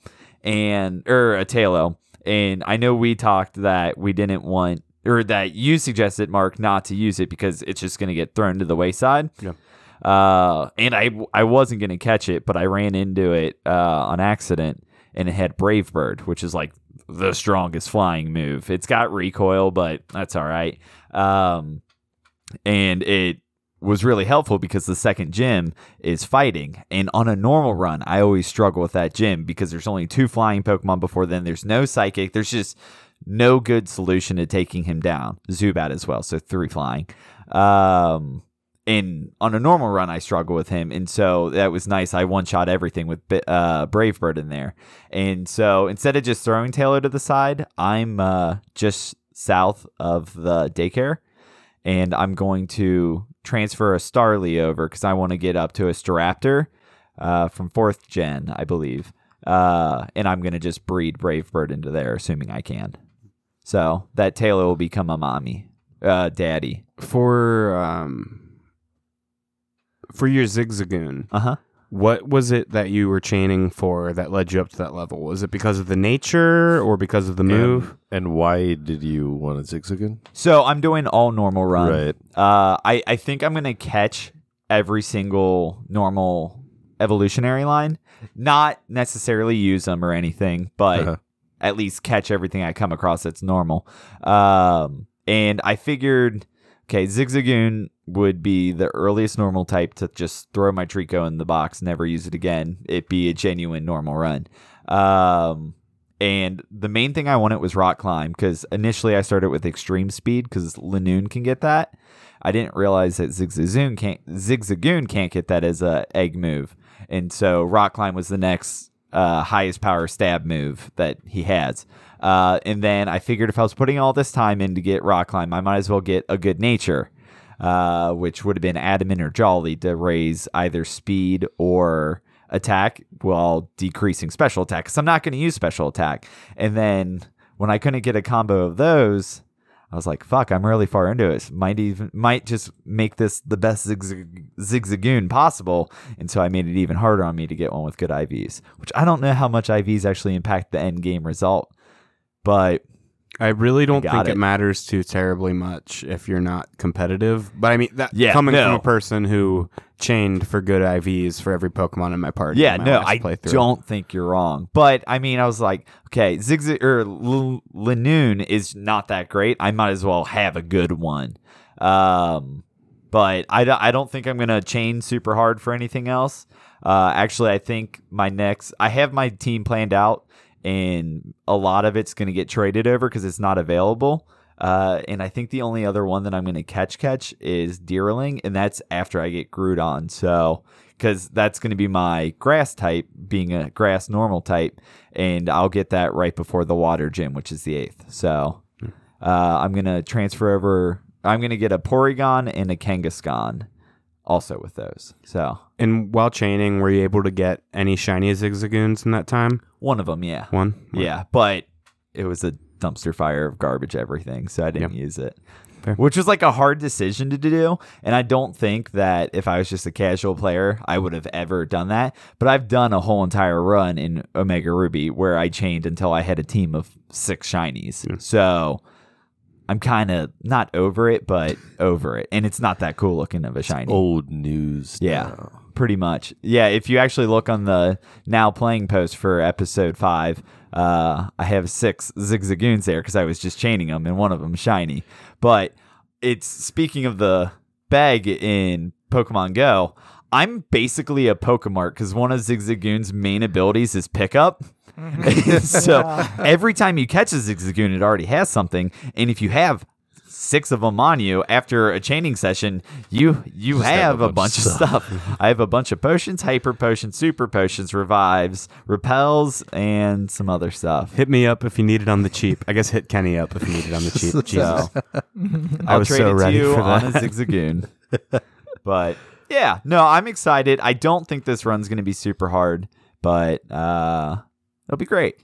and or a tailo. And I know we talked that we didn't want, or that you suggested, Mark, not to use it because it's just going to get thrown to the wayside. Yeah. Uh, and I I wasn't going to catch it, but I ran into it uh, on accident, and it had Brave Bird, which is like the strongest flying move. It's got recoil, but that's all right. Um, and it was really helpful because the second gym is fighting. And on a normal run, I always struggle with that gym because there's only two flying Pokemon before then. There's no psychic. There's just no good solution to taking him down. Zubat as well, so three flying. Um, and on a normal run, I struggle with him, and so that was nice. I one shot everything with Bi- uh, Brave Bird in there, and so instead of just throwing Taylor to the side, I'm uh, just south of the daycare, and I'm going to transfer a Starly over because I want to get up to a Staraptor uh, from fourth gen, I believe, uh, and I'm going to just breed Brave Bird into there, assuming I can. So that Taylor will become a mommy, uh, daddy. For um, for your Zigzagoon, Uh huh. what was it that you were chaining for that led you up to that level? Was it because of the nature or because of the move? And, and why did you want a Zigzagoon? So I'm doing all normal run. Right. Uh, I, I think I'm gonna catch every single normal evolutionary line. Not necessarily use them or anything, but Uh-huh. at least catch everything I come across that's normal. Um, and I figured, okay, Zigzagoon would be the earliest normal type to just throw my Trico in the box, never use it again. It be a genuine normal run. Um, and the main thing I wanted was rock climb because initially I started with extreme speed because Lanoon can get that. I didn't realize that Zigzagoon can't Zigzagoon can't get that as a egg move, and so rock climb was the next uh, highest power stab move that he has. Uh, and then I figured if I was putting all this time in to get rock climb, I might as well get a good nature, uh, which would have been adamant or jolly to raise either speed or attack while decreasing special attack. Because I'm not going to use special attack. And then when I couldn't get a combo of those, I was like, "Fuck, I'm really far into it. Might even might just make this the best zigzag, zigzagoon possible." And so I made it even harder on me to get one with good IVs, which I don't know how much IVs actually impact the end game result, but I really don't got think it. it. matters too terribly much if you're not competitive. But I mean, that Yeah, coming from no. a person who chained for good IVs for every Pokemon in my party. Yeah, in my no, last I playthrough. don't think you're wrong. But I mean, I was like, okay, Zigzag or L- Lanoon is not that great. I might as well have a good one. Um, but I, don't- I don't think I'm gonna chain super hard for anything else. Uh, actually, I think my next, I have my team planned out, and a lot of it's gonna get traded over because it's not available. Uh, and I think the only other one that I'm gonna catch catch is Deerling, and that's after I get Groudon. So because that's going to be my grass type, being a grass normal type, and I'll get that right before the water gym, which is the eighth. So uh, I'm going to transfer over. I'm going to get a Porygon and a Kangaskhan, also with those. So And while chaining, were you able to get any shiny Zigzagoons in that time? one of them, yeah, One. yeah, but it was a dumpster fire of garbage everything, so I didn't use it. Which was like a hard decision to do, and I don't think that if I was just a casual player, I would have ever done that. But I've done a whole entire run in Omega Ruby where I chained until I had a team of six shinies. So I'm kind of not over it, but over it, and it's not that cool looking of a shiny. Old news. Yeah, now. pretty much. Yeah, if you actually look on the now playing post for episode five, uh, I have six Zigzagoons there because I was just chaining them, and one of them shiny. But it's speaking of the bag in Pokemon Go. I'm basically a Pokemart because one of Zigzagoon's main abilities is pickup. so every time you catch a Zigzagoon, it already has something. And if you have six of them on you after a chaining session, you you have, a bunch, of stuff. I have a bunch of potions, hyper potions, super potions, revives, repels, and some other stuff. Hit me up if you need it on the cheap. I guess hit Kenny up if you need it on the cheap. Jesus. So I'll was trade so it to ready you for on a zigzagoon. but yeah, no, I'm excited. I don't think this run's gonna be super hard, but uh it'll be great.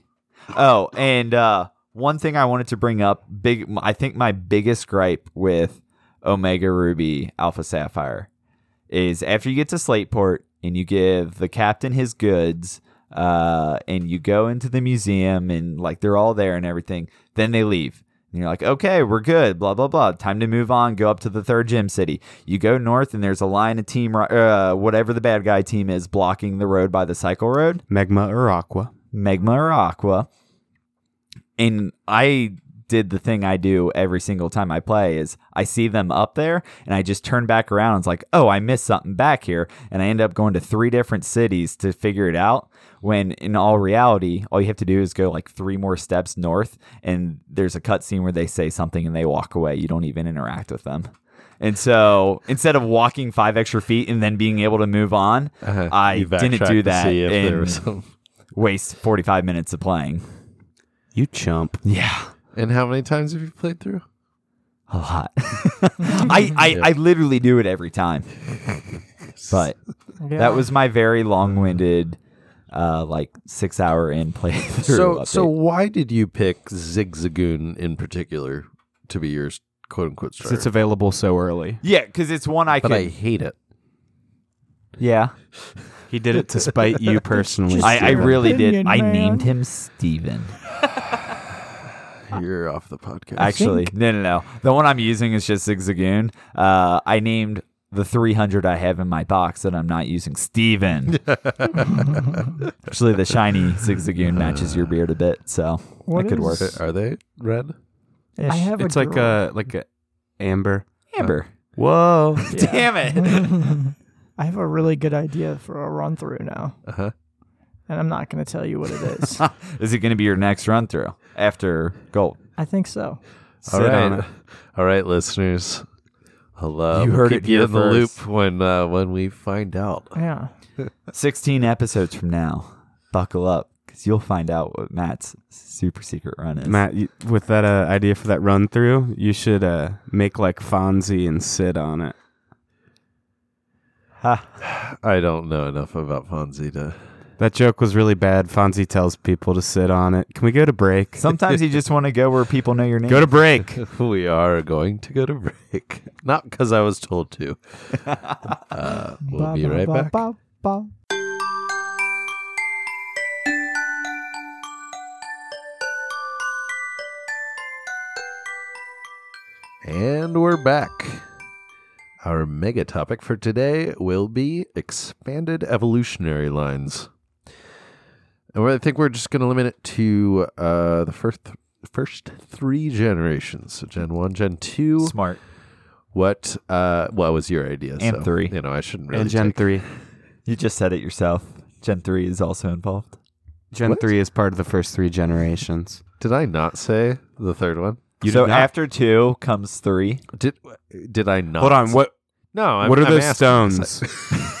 Oh, and uh one thing I wanted to bring up, big I think my biggest gripe with Omega Ruby Alpha Sapphire is after you get to Slateport and you give the captain his goods, uh, and you go into the museum and like they're all there and everything, then they leave. And you're like, okay, we're good, blah, blah, blah. Time to move on. Go up to the third gym city. You go north, and there's a line of team, ri- uh, whatever the bad guy team is, blocking the road by the cycle road. Magma or Aqua. Megma or Aqua. And I did the thing I do every single time I play is I see them up there and I just turn back around and it's like, oh, I missed something back here. And I end up going to three different cities to figure it out. When in all reality, all you have to do is go like three more steps north and there's a cutscene where they say something and they walk away. You don't even interact with them. And so instead of walking five extra feet and then being able to move on, Uh, I you didn't backtracked do to that. see if there and- was some- waste 45 minutes of playing. You chump. Yeah. And how many times have you played through? A lot. I, I, I literally do it every time. But Yeah. that was my very long winded, uh, like six hour in playthrough. So, update. so why did you pick Zigzagoon in particular to be your quote unquote starter? It's available so early. yeah, because it's one I but could. I hate it. yeah. He did it to spite you personally. I, I Steven. really did. Opinion, I man. named him Steven. You're off the podcast. Actually, no, no, no. The one I'm using is just Zigzagoon. Uh, I named the 300 I have in my box that I'm not using Steven. Actually, the shiny Zigzagoon matches your beard a bit, so What it could work. is- Uh, Are they red? I have It's a like girl. a like a amber. Amber. Whoa. uh, Damn it. I have a really good idea for a run through now. Uh-huh. And I'm not going to tell you what it is. Is it going to be your next run through after gold? I think so. All Sit right, on it. all right, listeners. Hello. You We'll heard keep it you here in the loop first. when uh, when we find out. Yeah. 16 episodes from now. Buckle up because you'll find out what Matt's super secret run is. Matt, you, with that uh, idea for that run through, you should uh, make like Fonzie and Sid on it. I don't know enough about Fonzie to. That joke was really bad. Fonzie tells people to sit on it. Can we go to break? Sometimes you just want to go where people know your name. Go to break. We are going to go to break, not because I was told to. Uh, we'll be right back. back. And we're back. Our mega topic for today will be expanded evolutionary lines. And I think we're just going to limit it to uh, the first first three generations. So Gen 1, Gen 2. Smart. What uh, what was your idea? And so, three. You know, I shouldn't really and Gen take- three. You just said it yourself. Gen 3 is also involved. Gen three is part of the first three generations. Did I not say the third one? so after 2 comes 3. Did did I not? Hold on. What No, I'm, what are I'm those asking. stones?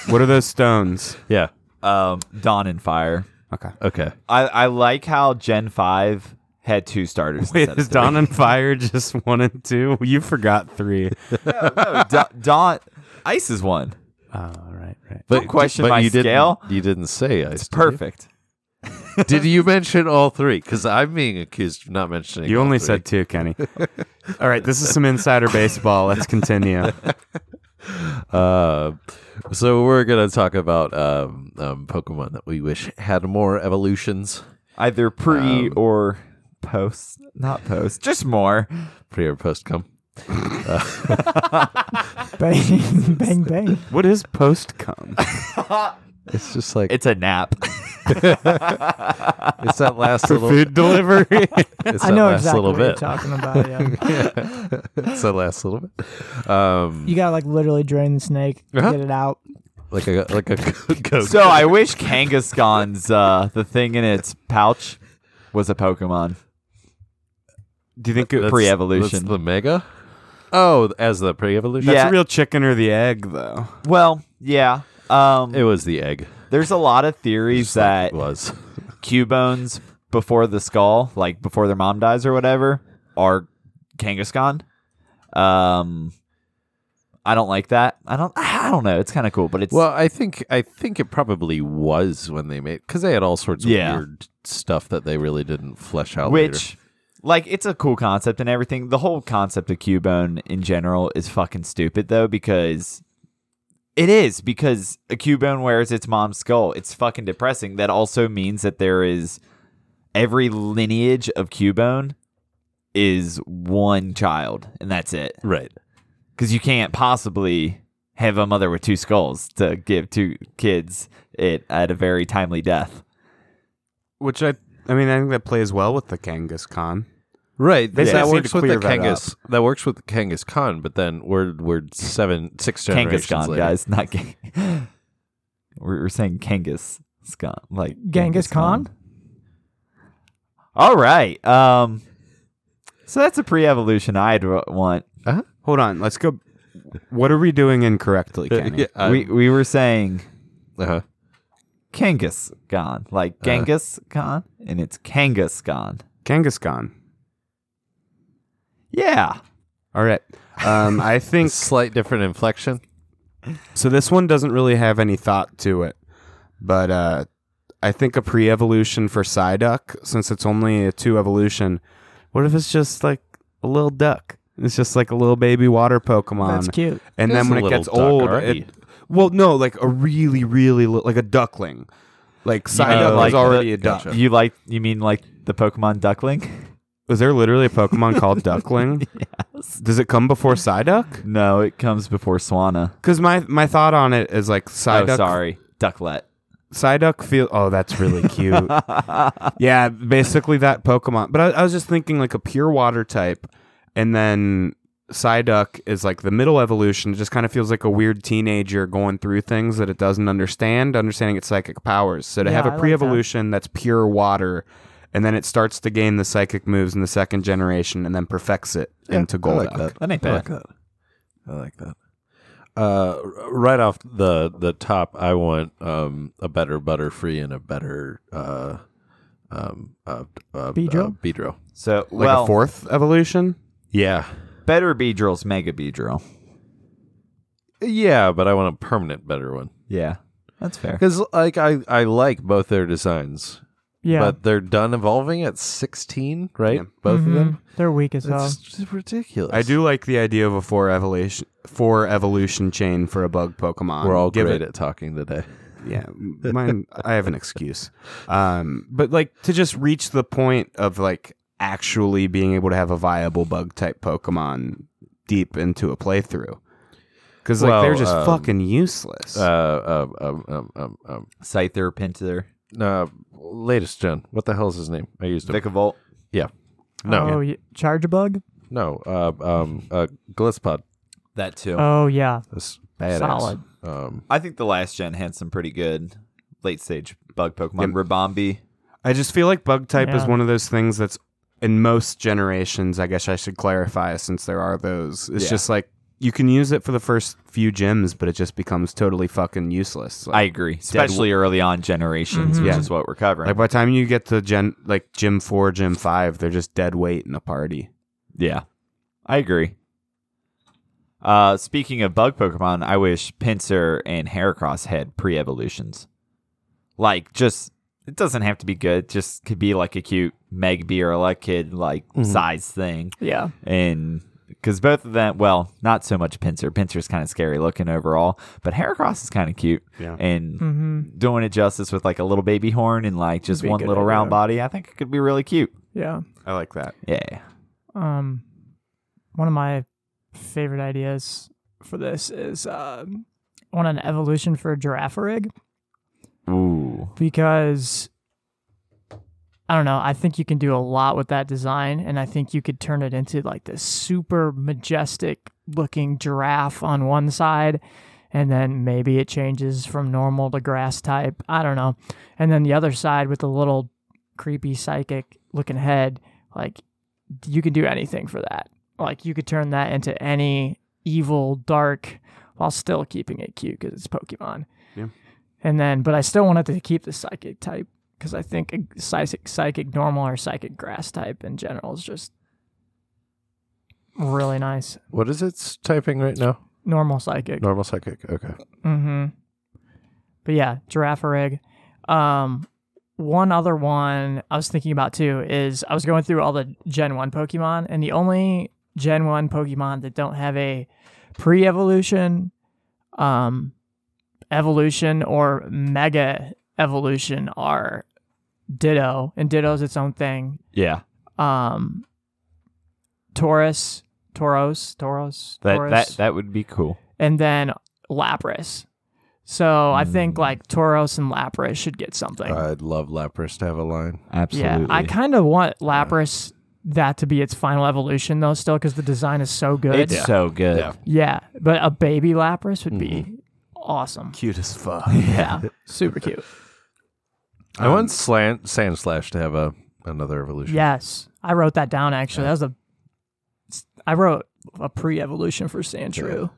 what are those stones? Yeah. Um, Dawn and Fire. Okay. Okay. I, I like how Gen Five had two starters. Wait, instead of is Dawn three. and Fire just one and two? You forgot three. No, Da- Dawn Ice is one. Oh, right, right. But Don't question but my you didn't- scale. you didn't say ice. did you? Perfect. Did you mention all three? Because I'm being accused of not mentioning. You all only three. said two, Kenny. All right, this is some insider baseball. Let's continue. Uh, so we're gonna talk about um, um, Pokemon that we wish had more evolutions, Either pre or post, not post, just more. pre or post come. Bang, bang, bang. What is post cum? It's just like It's a nap. it's that last little. Food delivery. It's I that know last exactly little what you're bit. talking about. Yeah. it's that last little bit. Um, you gotta like literally drain the snake, to Uh-huh. get it out. like a like a goat. so I wish Kangaskhan's uh, the thing in its pouch was a Pokemon. Do you think it, That's- pre-evolution. that's the mega. Oh, as the pre-evolution. that's Yeah. a real chicken or the egg, though? Well, yeah. Um, It was the egg. there's a lot of theories that It was. Cubones before the skull, like before their mom dies or whatever, are Kangaskhan. Um, I don't like that. I don't. I don't know. It's kind of cool, but it's Well, I think I think it probably was when they made because they had all sorts of Yeah. weird stuff that they really didn't flesh out. later. which, like, it's a cool concept and everything. The whole concept of Cubone in general is fucking stupid though, because it is because a Cubone wears its mom's skull. It's fucking depressing. That also means that there is every lineage of Cubone is one child, and that's it. right? because you can't possibly have a mother with two skulls to give two kids it at a very timely death. Which I, I mean, I think that plays well with the Kangaskhan. Right. They th- just That need works to with the clear that Kangas. That, works with the Kangas Khan, but then we're we're seven six generations Kangaskhan, later. guys, not Kang. we're, we're saying Kangas Khan, like Genghis Kangaskhan. Khan? All right. Um. So that's a pre-evolution I'd wa- want. Hold on, let's go. What are we doing incorrectly, Kenny? Yeah, I- we we were saying uh-huh. Kangas Khan, like Uh-huh. Genghis Khan, and it's Kangas Khan. Kangaskhan. Yeah. All right. Um, I think slight different inflection. so. This one doesn't really have any thought to it, but uh, I think a pre-evolution for Psyduck, since it's only a two-evolution. What if it's just like a little duck? It's just like a little baby water Pokemon. That's cute. And It then is when a it little gets duck old, already. it, well, no, like a really, really li- like a duckling. Like Psyduck like was already the- a duck. Gotcha. You like? You mean like the Pokemon Duckling? Was there literally a Pokemon called Duckling? yes. Does it come before Psyduck? No, it comes before Swana. Because my my thought on it is like Psyduck. oh, sorry, Ducklet. Psyduck feel. Oh, that's really cute. yeah, basically that Pokemon. But I, I was just thinking like a pure water type, and then Psyduck is like the middle evolution. It just kind of feels like a weird teenager going through things that it doesn't understand, understanding its psychic powers. So to Yeah, have I like a that. pre-evolution that's pure water, and then it starts to gain the psychic moves in the second generation, and then perfects it into Golduck. That ain't bad. that. I like that. Uh, r- right off the the top, I want um a better Butterfree and a better uh um uh, uh Beedrill? uh, Beedrill. So, Like well, a fourth evolution. Yeah, better Beedrill's Mega Beedrill. yeah, but I want a permanent better one Yeah, that's fair. because like I I like both their designs, Yeah. but they're done evolving at sixteen, right? Yeah. Both of them. Mm-hmm. They're weak as hell. It's just ridiculous. I do like the idea of a four evolution four evolution chain for a bug Pokemon. We're all Give great it. at talking today. Yeah, mine. I have an excuse, um, but like to just reach the point of like actually being able to have a viable bug type Pokemon deep into a playthrough, because like they're Well, just um, fucking useless. Uh, uh, um, um, um, um, Scyther, Pinsir, uh, latest gen. What the hell's his name? I used him. Vikavolt. Yeah. No. Oh, y- charge bug? No. Uh, um, uh, Glisspod. That too. Oh, yeah. That's badass. Solid. Um, I think the last gen had some pretty good late stage bug Pokemon. Rabombi. I just feel like bug type is Yeah. one of those things that's in most generations. I guess I should clarify since there are those. It's Yeah. just like you can use it for the first few gems, but it just becomes totally fucking useless. Like, I agree, especially early on generations, which Yeah. is what we're covering. like by the time you get to gen like gym four, gym five, they're just dead weight in a party. Yeah, I agree. Uh, speaking of bug Pokemon, I wish Pinsir and Heracross had pre evolutions. Like, just it doesn't have to be good. Just could be like a cute Megby or Elekid like size thing, Yeah. and because both of them, well, not so much Pinsir. Pinsir's kind of scary looking overall, but Heracross is kind of cute. Yeah. and Hmm. Mm-hmm. doing it justice with like a little baby horn and like just Be a one good little round idea. body. I think it could be really cute. Yeah. I like that. Yeah. Um, one of my favorite ideas for this is um, I want an evolution for a giraffe rig Ooh. because I don't know. I think you can do a lot with that design, and I think you could turn it into like this super majestic looking giraffe on one side. And then maybe it changes from normal to grass type. I don't know. And then the other side with the little creepy psychic looking head, like you can do anything for that. Like you could turn that into any evil, dark, while still keeping it cute because it's Pokemon. Yeah. And then, but I still wanted to keep the psychic type because I think a psychic, psychic normal or psychic grass type in general is just really nice. What is it s- typing right now? Normal psychic. Normal psychic. Okay. Mm-hmm. But yeah, giraffe rig. Um, one other one I was thinking about too is I was going through all the Gen One Pokemon, and the only Gen One Pokemon that don't have a pre-evolution, um, evolution or mega evolution are Ditto, and Ditto's its own thing. Yeah. Um, Taurus, Tauros, Tauros, That Taurus that that would be cool. and then Lapras. So I think like Tauros and Lapras should get something. I'd love Lapras to have a line. Absolutely. Yeah, I kind of want Lapras that to be its final evolution though, still because the design is so good. it's so good. Yeah. yeah, but a baby Lapras would be awesome. Cute as fuck. Mm. Yeah, super cute. I want Slant Sand Slash to have a another evolution. Yes, I wrote that down actually. That was a. I wrote a pre-evolution for Sandshrew.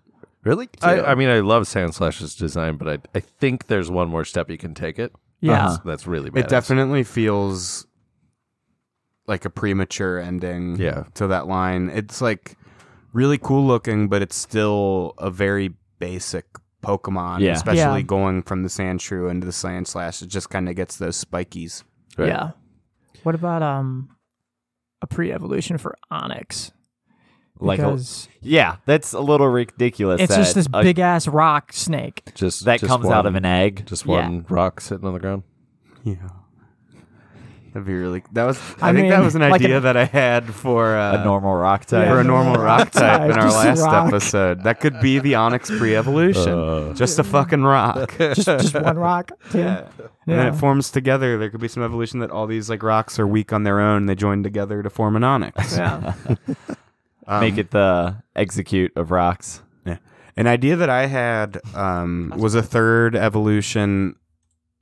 Really? I, I mean, I love Sand Slash's design, but I I think there's one more step you can take it. Yeah, That's, that's really bad. It definitely feels like a premature ending Yeah. to that line. It's like really cool looking, but it's still a very basic Pokemon, Yeah. especially Yeah. going from the Sandshrew into the Sand Slash. It just kind of gets those spikies. Right. Yeah. What about um, a pre-evolution for Onyx? Like a, Because yeah, that's a little ridiculous. it's just that this a- big ass rock snake. just that just comes out of one- an egg. just Yeah. one rock sitting on the ground. Yeah. That'd be really. That was. I, I think that mean, was an like idea that I had for uh, a normal rock type. for Yeah. a normal rock type in our Just a last rock. Uh. episode. That could be the Onyx pre-evolution. Uh, just a fucking rock. and just just one rock. Yeah. then Yeah. it forms together. There could be some evolution that all these like rocks are weak on their own. They join together to form an onyx. yeah. Um, Make it the execute of rocks. Yeah. An idea that I had um, was a third evolution,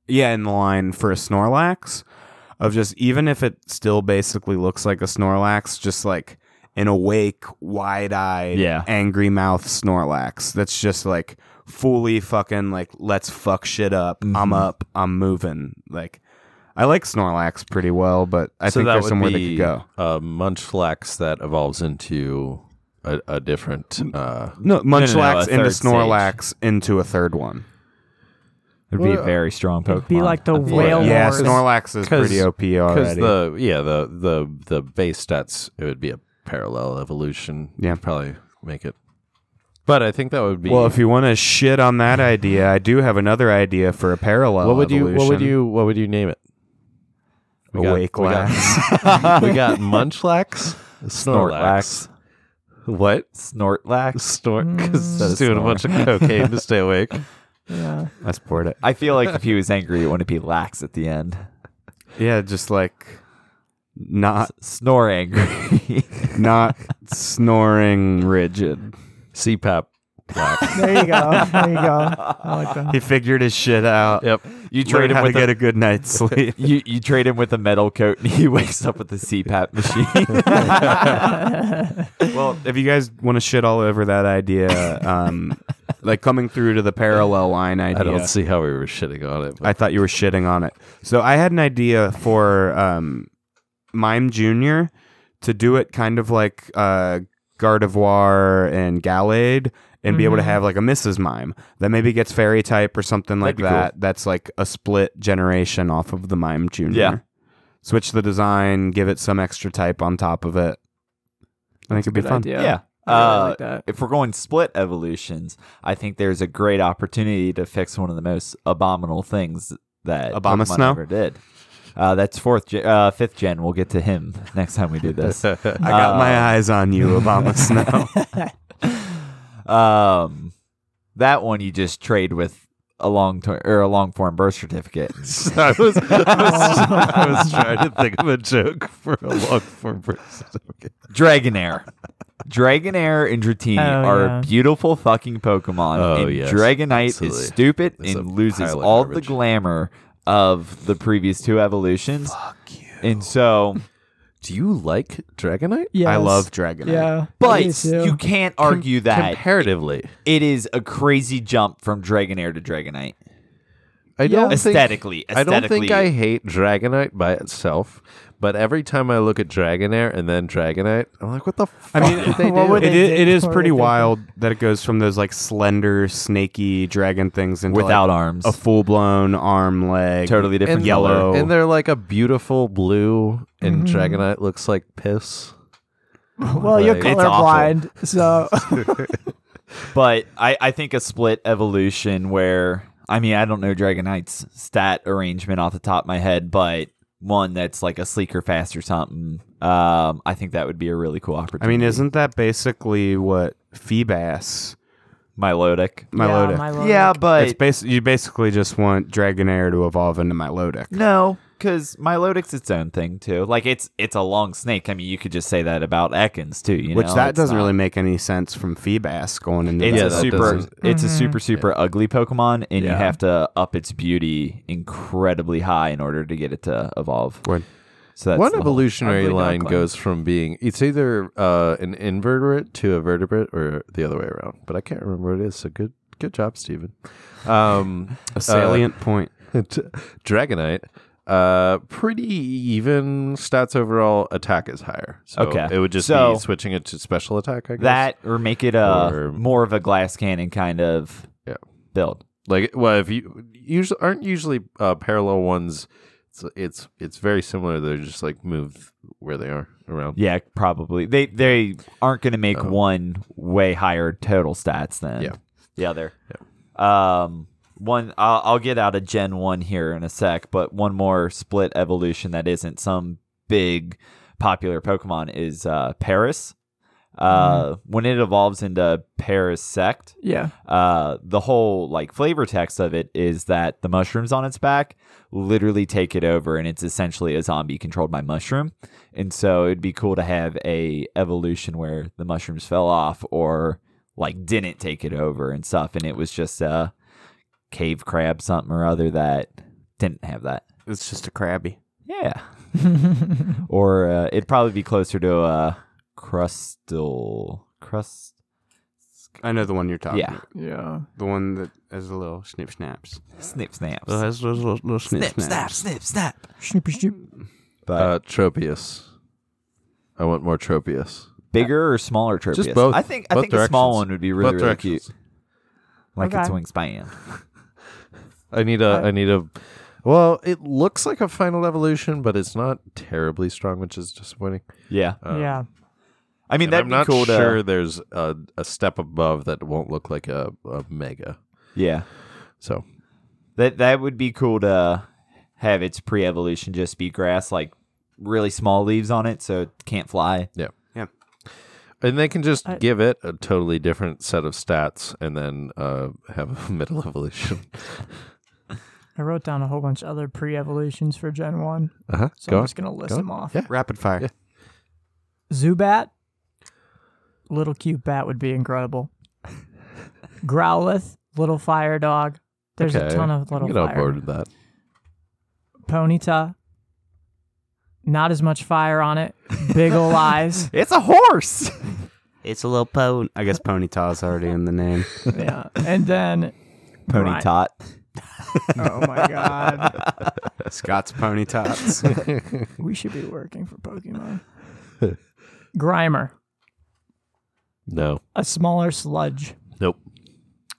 yeah, in the line for a Snorlax, of just even if it still basically looks like a Snorlax, just like an awake, wide eyed, Yeah. angry mouth Snorlax that's just like fully fucking like, let's fuck shit up. Mm-hmm. I'm up, I'm moving. Like, I like Snorlax pretty well, but I think there's somewhere they could go. A Munchlax that evolves into a, a different. Uh, No, Munchlax a into third stage. Snorlax into a third one. It'd be a very strong Pokemon. Be like the whale yeah, wars. Snorlax is 'Cause- pretty OP Because already. the yeah the the the base stats it would be a parallel evolution. Yeah. probably make it. But I think that would be. well, if you want to shit on that idea, I do have another idea for a parallel. what would you what would evolution. you what would you name it? We got- awake we got- lax? We got Munchlax, Snorlax. Snorlax. What Snortlax. snort? Because Said just doing a snort. bunch of cocaine to stay awake. Yeah. Let's port it. I feel like if he was angry, it wouldn't be lax at the end. Yeah, just like not Snore angry. not snoring rigid. CPAP. black. There you go. There you go. I like that. He figured his shit out. yep. You Learned trade him how with to a, get a good night's sleep. you you trade him with a metal coat, and he wakes up with a CPAP machine. well, if you guys want to shit all over that idea, um, like coming through to the parallel line idea, I don't see how we were shitting on it. but- I thought you were shitting on it. So I had an idea for um, Mime Junior to do it kind of like uh, Gardevoir and Gallade, and be able Mm-hmm. to have like a Mrs. Mime that maybe gets fairy type or something like That'd be cool. that. That's like a split generation off of the Mime Junior. Yeah. Switch the design, give it some extra type on top of it. I think it'd be Good fun. idea. yeah. I really Uh, like that. if we're going split evolutions, I think there's a great opportunity to fix one of the most abominable things that Obama Pokemon Snow? ever did. Uh, that's fourth, gen, uh, fifth gen. We'll get to him next time we do this. I got Uh, my eyes on you, Obama Snow. um, that one you just trade with a long term or a long form birth certificate. I was, I was, I was trying to think of a joke for a long form person. Dragonair. Dragonair and Dratini Oh, are yeah. beautiful fucking Pokemon. Oh, and yes. Dragonite Absolutely. is stupid That's a and loses pile of all garbage. the glamour of the previous two evolutions. Fuck you. And so, Do you like Dragonite? Yes. I love Dragonite. Yeah. but me too. you can't argue that Comparatively, it is a crazy jump from Dragonair to Dragonite. I Yeah. don't think- Aesthetically, I don't think aesthetically. I hate Dragonite by itself, but every time I look at Dragonair and then Dragonite, I'm like, what the fuck? I mean, did they what do? would It they is, did it is before pretty they did wild that it goes from those like slender, snaky dragon things into Without like, arms. a full blown arm leg. Totally different and yellow. and they're like a beautiful blue, and Dragonite looks like piss. well, you're Like, it's colorblind, so But I, I think a split evolution where I mean I don't know Dragonite's stat arrangement off the top of my head, but one that's like a sleeker fast or something. Um, I think that would be a really cool I opportunity. mean, isn't that basically what Feebas Milotic? Milotic? Milotic. Yeah, it's but bas- you basically just want Dragonair to evolve into Milotic. no, because Milotic's its own thing too. Like it's it's a long snake. I mean, you could just say that about Ekans too. You Which know? that It's doesn't not- really make any sense from Feebas going into It's Yeah, a that that. super, doesn't- it's a super, super ugly Pokemon, and you Yeah. have to up its beauty incredibly high in order to get it to evolve. Word. So that's One the whole- evolutionary ugly dog line line. goes from being it's either uh, an invertebrate to a vertebrate or the other way around, but I can't remember what it is. So good, good job, Steven. Um, uh, A salient point. T- Dragonite. Uh, pretty even stats overall. Attack is higher. So Okay. It would just So- be switching it to special attack. I guess that or make it a Or- more of a glass cannon kind of Yeah. build. like well, if you usually aren't usually uh, parallel ones. It's it's it's very similar. They're just like move where they are around. Yeah, probably. They they aren't going to make one way higher total stats than Yeah. the other. Um, one I'll, I'll get out of Gen One here in a sec, but one more split evolution that isn't some big popular Pokemon is uh, Paris. Uh, when it evolves into Paris Sect, Yeah. uh, the whole like flavor text of it is that the mushrooms on its back literally take it over and it's essentially a zombie controlled by mushroom and so it'd be cool to have a evolution where the mushrooms fell off or like didn't take it over and stuff and it was just a cave crab something or other that didn't have that It's just a crabby. yeah or uh, it'd probably be closer to a crustal crust I know the one you're talking. Yeah. about. Yeah. the one that has a little snip snaps. snip snaps has those little, little snip snip snap snip snap Snoopy snoop. but Uh, Tropius. I want more Tropius. bigger or smaller Tropius? Just both. I think I Both think a small directions. one would be really, Both really directions. cute. Like its Okay. wingspan. I need a. I need a. Well, it looks like a final evolution, but it's not terribly strong, which is disappointing. Um, Yeah. Uh, yeah. I mean And that'd I'm be not cool sure to there's a, a step above that won't look like a, a mega. Yeah. So That that would be cool to have its pre evolution just be grass, like really small leaves on it so it can't fly. yeah, Yeah. and they can just give it a totally different set of stats, and then uh, have a middle evolution. I wrote down a whole bunch of other pre-evolutions for Gen One, Uh huh. so Go I'm on. just gonna list Go them off. Yeah. Rapid fire. Yeah. Zubat, little cute bat would be incredible. Growlithe, Little Fire Dog. There's Okay, a ton of little Get fire. on board with that. Ponyta. Not as much fire on it. Big ol' eyes. It's a horse. It's a little pone. I guess Ponyta's already in the name. Yeah. And then Pony Right. tot. Oh my god. Scott's Ponytots. We should be working for Pokemon. Grimer. No. A smaller sludge. Nope.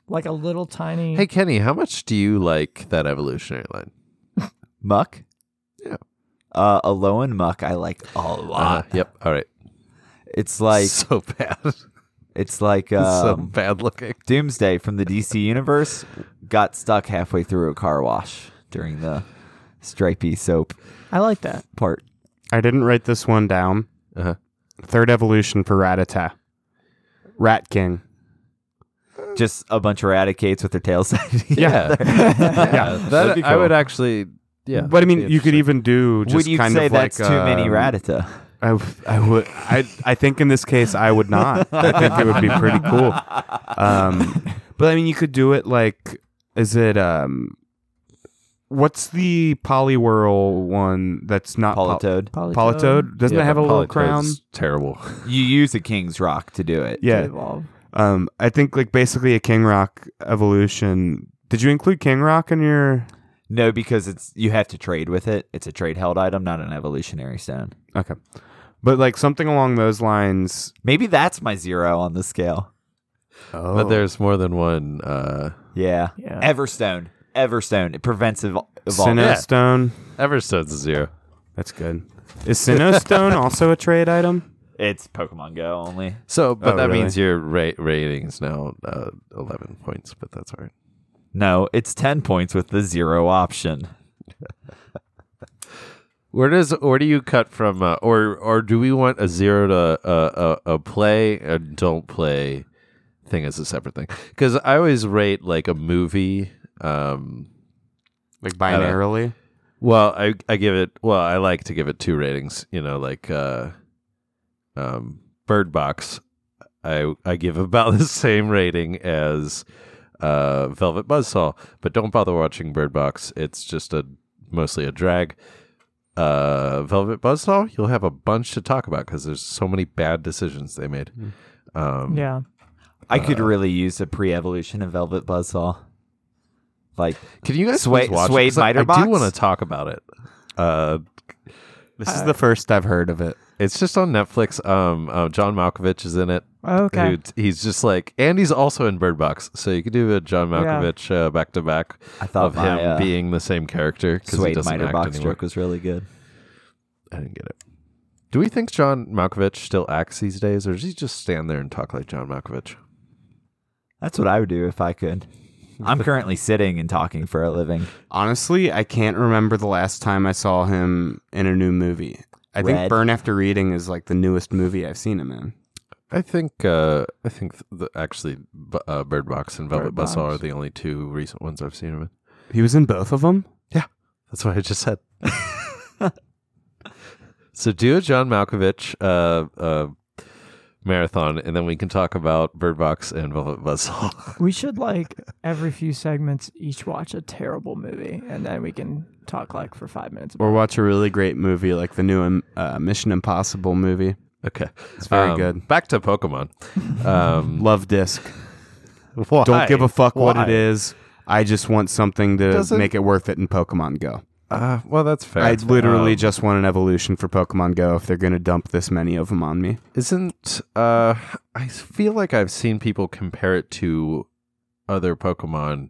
Like a little tiny Hey Kenny, how much do you like that evolutionary line? Muck. Yeah. Uh, Alolan muck. I like a Uh, lot. yep. All right. It's like so bad. it's like so um, bad looking. Doomsday from the DC universe. Got stuck halfway through a car wash during the stripy soap I like that. part. I didn't write this one down. Uh-huh. Third evolution for Ratata. Rat King. Just a bunch of raticates with their tails. Yeah. yeah. That be I would cool. actually. Yeah. But I mean, that'd be you could interesting. even do just Would you kind say of that's like too many um, ratata? I, w- I would. I I think in this case, I would not. I think it would be pretty cool. Um, but I mean, you could do it like, is it um, what's the polywhirl one that's not pol- Politoed. Politoed? Doesn't Yeah, it have a but little Politoed's crown? Terrible. you use a king's rock to do it. Yeah. Evolve. Um, I think like basically a King Rock evolution. Did you include King Rock in your? No, because it's you have to trade with it. It's a trade held item, not an evolutionary stone. Okay, but like something along those lines. Maybe that's my zero on the scale. Oh, But there's more than one. Uh, Yeah. Yeah. Everstone. Everstone. It prevents evol- evolving. Sinnoh Everstone's a zero. That's good. Is Sinnoh Stone also a trade item? It's Pokemon Go only. So, but Oh, that really? means your ra- ratings now uh, eleven points. But that's all right. No, it's 10 points with the zero option. Where does where do you cut from? Uh, or or do we want a zero to uh, a a play and don't play thing as a separate thing? Because I always rate like a movie. Um, Like don't know. binarily? Well, I I give it. Well, I like to give it two ratings. You know, like uh, um, Bird Box. I I give about the same rating as uh, Velvet Buzzsaw, but don't bother watching Bird Box. It's just a mostly a drag. Uh, Velvet Buzzsaw, you'll have a bunch to talk about because there's so many bad decisions they made. Um, Yeah. I could Uh, really use a pre evolution of Velvet Buzzsaw. Like, Can you guys Sway- please watch it? Sway 'Cause I- Miter I Box? do want to talk about it. Uh, This is the first I've heard of it. It's just on Netflix. Um, uh, John Malkovich is in it. Okay. Who, he's just like, and he's also in Bird Box, so you could do a John Yeah. Malkovich uh, back to back I thought of him my, uh, being the same character because he Suede doesn't Miter act Box anymore. joke was really good. I didn't get it. Do we think John Malkovich still acts these days, or does he just stand there and talk like John Malkovich? That's what I would do if I could. I'm currently sitting and talking for a living. Honestly, I can't remember the last time I saw him in a new movie. I Red. think Burn After Reading is like the newest movie I've seen him in. I think uh, I think the, actually B- uh, Bird Box and Velvet Bird Box. Buzzsaw are the only two recent ones I've seen him in. He was in both of them? That's what I just said. so do a John Malkovich uh, uh, marathon, and then we can talk about Bird Box and Velvet Buzzsaw. We should like every few segments each watch a terrible movie and then we can talk like for five minutes. Or watch a really great movie like the new um, uh, Mission Impossible movie. okay, It's very Um, good. Back to Pokemon. Um, Love disc. why? Don't give a fuck what Why? it is. I just want something to Doesn't- make it worth it in Pokemon Go. Uh, well, that's fair. I literally Um, just want an evolution for Pokemon Go if they're going to dump this many of them on me. isn't. Uh, I feel like I've seen people compare it to other Pokemon.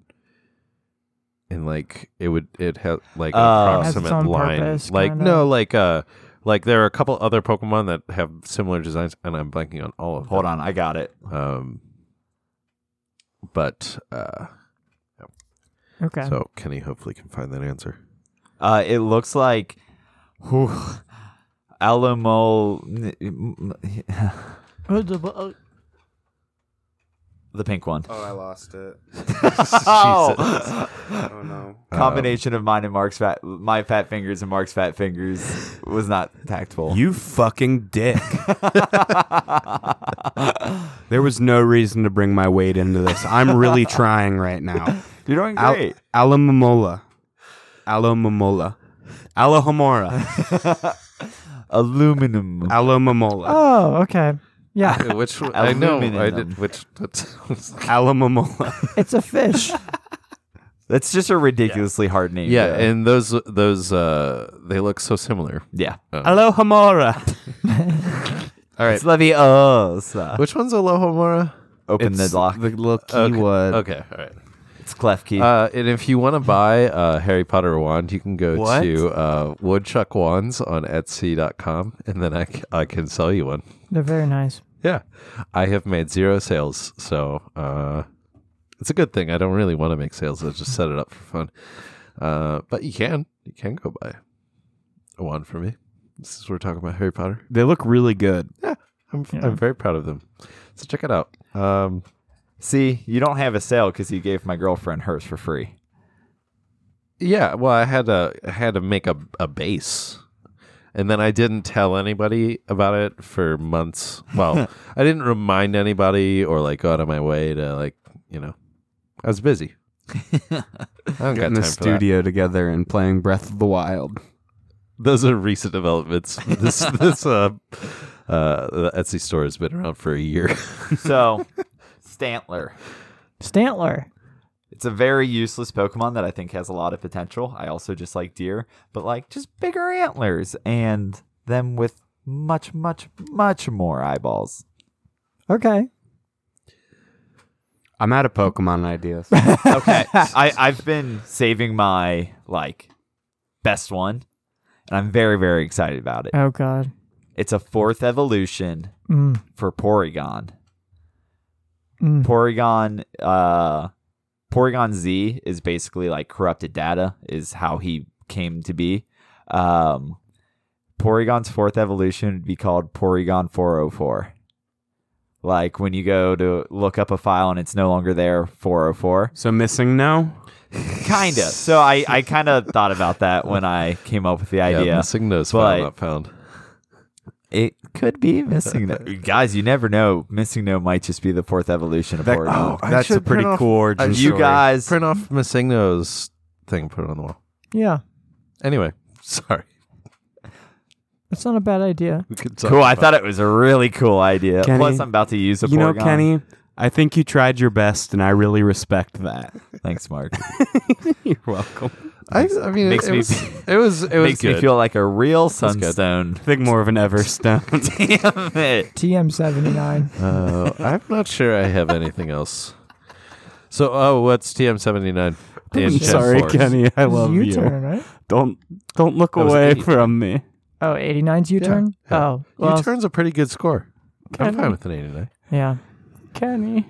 And like it would, it had like an Oh. Has its approximate own line. purpose, like kinda. no, like uh, like there are a couple other Pokemon that have similar designs, and I'm blanking on all of them. Hold on, I got it. Um, but uh, Okay. so Kenny hopefully can find that answer. Uh, it looks like whew, Alamo. Oh, the- oh, The pink one. Oh, I lost it. Oh, Oh Um, no. combination of mine and Mark's fat, my fat fingers and Mark's fat fingers was not tactful. You fucking dick. there was no reason to bring my weight into this. I'm really trying right now. You're doing Al- great. Alamomola. Alamomola. Alohomora. Aluminum. Alamomola. Oh, okay. Yeah, Which one- I know I Aluminum. did. Which what- Alamomola. it's a fish. That's just a ridiculously hard name. yeah, though. and those those uh they look so similar. yeah. Alohomora. All right, It's Leviosa. which one's Alohomora? Open It's the lock. The little Okay. keyword. Okay, all right. It's clef key. Uh, and if you want to buy a Harry Potter wand, you can go What? to uh, Woodchuck Wands on Etsy.com, and then I, c- I can sell you one. They're very nice. Yeah, I have made zero sales, so uh, it's a good thing. I don't really want to make sales. I just set it up for fun. Uh, but you can, you can go buy a wand for me. This is we're talking about Harry Potter. They look really good. I'm, I'm very proud of them. So check it out. Um, See, you don't have a sale because you gave my girlfriend hers for free. Yeah, well, I had to I had to make a a base, and then I didn't tell anybody about it for months. Well, I didn't remind anybody or like go out of my way to like you know, I was busy. I don't got In time the for studio. studio together and playing Breath of the Wild. that. Those are recent developments. This this uh, uh, the Etsy store has been around for a year. So, Stantler. Stantler. It's a very useless Pokemon that I think has a lot of potential. I also just like deer, but like just bigger antlers and them with much, much, much more eyeballs. Okay. I'm out of Pokemon ideas. Okay. I, I've been saving my like best one, and I'm very, very excited about it. Oh God. It's a fourth evolution Mm. for Porygon. Mm. Porygon uh Porygon Z is basically like corrupted data is how he came to be. Um Porygon's fourth evolution would be called Porygon 404. Like when you go to look up a file and it's no longer there, 404. so missing now? Kind of. So I, I kind of thought about that when I came up with the idea. yeah, missing nose But- file not found. It could be missing. No. Guys, you never know. Missing no might just be the fourth evolution of Porygon. That's a pretty cool origin you story. guys, print off missing nose thing, put it on the wall. Yeah, Anyway, sorry. that's not a bad idea. We could talk cool. I about- thought it was a really cool idea. Kenny, Plus, I'm about to use a You know, Porygon. Kenny, I think you tried your best, and I really respect that. Thanks, Mark. You're welcome. I, I mean, Makes it, me was, feel- it was it was Makes good. me feel like a real good. sunstone. Think more of an Everstone. Damn it. TM seventy nine. Uh, I'm not sure I have anything else. So, oh, what's TM79? in Sorry, 10-4? Kenny. I love Your you. turn, right? Don't don't look was away eight. from me. Oh, 89's U turn. yeah. Oh, well, U-turn's a pretty good score. I'm Kenny. fine with an 89. yeah. Kenny.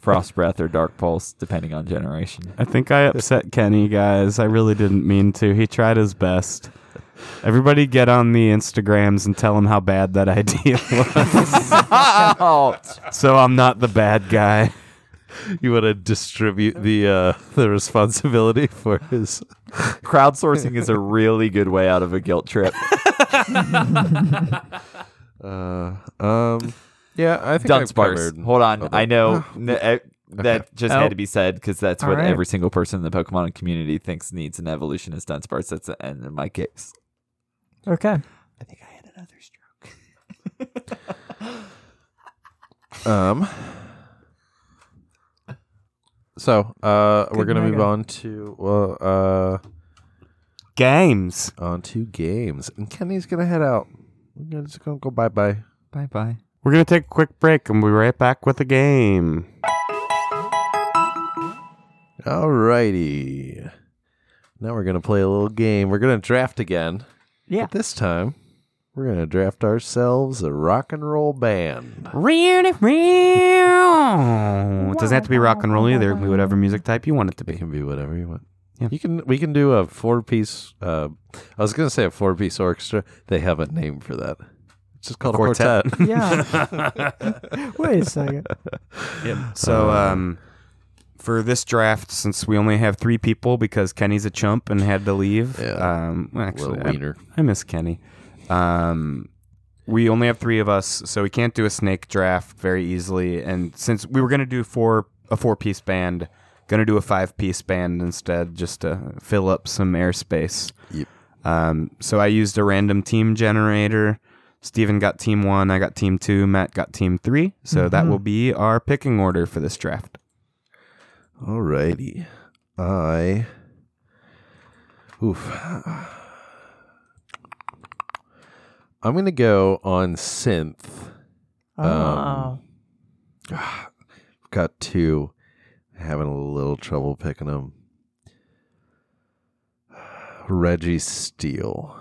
Frost breath or dark pulse, depending on generation. I think I upset Kenny, guys. I really didn't mean to. He tried his best. Everybody get on the Instagrams and tell him how bad that idea was. oh, so I'm not the bad guy. You want to distribute the uh, the responsibility for his. crowdsourcing is a really good way out of a guilt trip. Uh, um, yeah, I think I've Dunsparce. covered- Hold on. Okay. I know n- eh, that just Oh. had to be said because that's All what right. every single person in the Pokemon community thinks needs an evolution is Dunsparce. That's the end of my case. Okay. I think I had another stroke. Um, so uh, we're Good gonna move mega. on to well, uh, Games. on to games, and Kenny's gonna head out. We're just gonna go bye bye. Bye bye. We're gonna take a quick break and we'll be right back with a game. Alrighty. Now we're going to play a little game. We're going to draft again. Yeah. But this time, we're going to draft ourselves a rock and roll band. It doesn't have to be rock and roll either. Be whatever music type you want it to It be. can be whatever you want. Yeah. You can we can do a four piece uh I was going to say a four piece orchestra. They have a name for that. It's just called Quartet. a quartet. Yeah. Wait a second. So um, for this draft, since we only have three people because Kenny's a chump and had to leave, Yeah. um, well, actually, Little I- wiener. I, miss Kenny. Um, we only have three of us, so we can't do a snake draft very easily. And since we were gonna do four a four piece band, gonna do a five piece band instead, just to fill up some airspace. Yep. Um, so I used a random team generator. Steven got team one, I got team two, Matt got team three. So that will be our picking order for this draft. Alrighty. I. Oof. I'm going to go on synth. Oh. Got two. Having a little trouble picking them. Reggie Steele.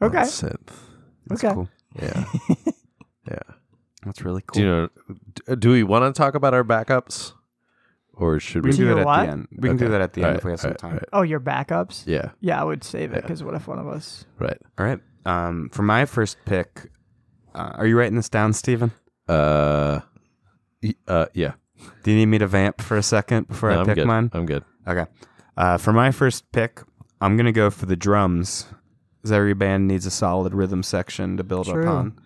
on Okay. synth. That's Okay. cool. Yeah. yeah. That's really cool. Do you know? d- Do we want to talk about our backups, or should we we? can do Your it at what? the end. We can Okay. do that at the end Alright, if we have some alright, time. alright. oh, your backups? Yeah, Yeah. I would save it because what if one of us? Right. All right. Um, for my first pick, uh, are you writing this down, Steven? Uh. y- Uh. Yeah. Do you need me to vamp for a second before No, I I'm pick good. mine? I'm good. Okay. Uh, for my first pick, I'm gonna go for the drums. 'cause Every band needs a solid rhythm section to build True. upon.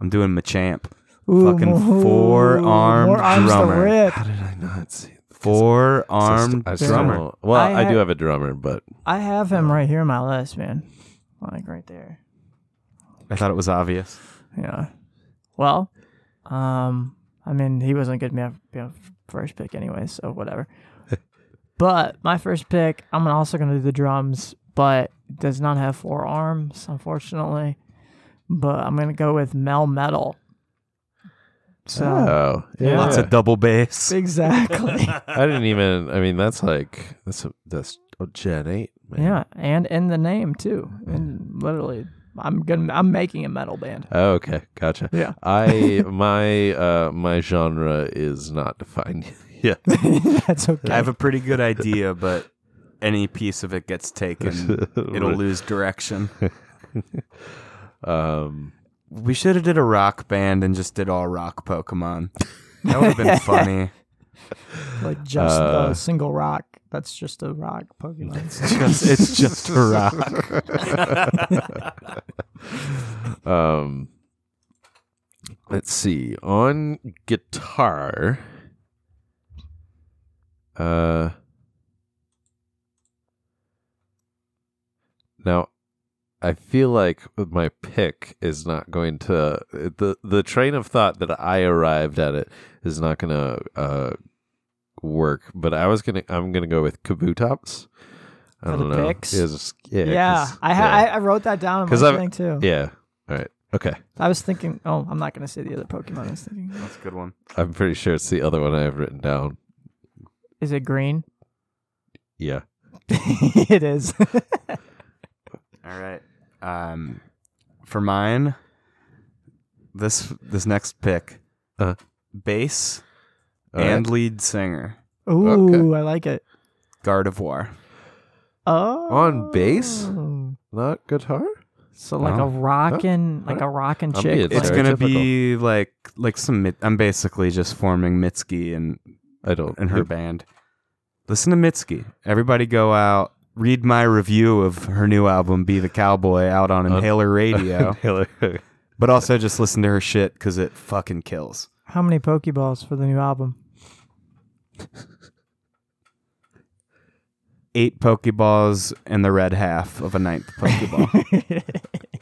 I'm doing Machamp. Ooh, Fucking ooh, four-armed more arms drummer. To rip. How did I not see? Four armed I still- drummer. Well, I I, do ha- have a drummer, but I have him right here on my list, man. Like right there. I thought it was obvious. Yeah. Well, um, I mean, he wasn't good to be a first pick anyway, so whatever. but my first pick, I'm also going to do the drums, but does not have four arms, unfortunately. But I'm going to go with Mel Metal. So, oh, yeah. Lots of double bass. exactly. I didn't even. I mean, that's like that's a, that's a Gen Eight. Man. yeah. And in the name, too. And literally, I'm going to, I'm making a metal band. Oh, okay. Gotcha. Yeah. I my uh my genre is not defined yet. That's okay. I have a pretty good idea, but any piece of it gets taken, it'll lose direction. Um. We should have did a rock band and just did all rock Pokemon. That would have been funny. like just Uh, the single rock. That's just a rock Pokemon. Just- it's just a rock. Um, let's see. On guitar, uh, now I feel like my pick is not going to the the train of thought that I arrived at it is not going to uh work. But I was gonna I'm gonna go with Kabutops. I For the don't know. picks? Yeah, just- yeah, yeah, 'cause- I, ha- I I wrote that down in 'Cause my I've- thing too. yeah. All right. Okay. I was thinking, oh, I'm not gonna say the other Pokemon. I was thinking, That's a good one. I'm pretty sure it's the other one I have written down. is it green? Yeah. it is. All right. Um, for mine, this this next pick, Uh-huh. bass All and right. lead singer, Ooh, I like it. Gardevoir. Oh, On bass? not guitar. So like Wow. a rockin', like a rockin' I'm chick. good. like- It's Very gonna typical. be like like some. Mit- I'm basically just forming Mitski and I don't. and her band. Listen to Mitski. Everybody go out, read my review of her new album, Be the Cowboy, out on Inhaler Radio. But also just listen to her shit because it fucking kills. How many Pokeballs for the new album? Eight Pokeballs and the red half of a ninth Pokeball.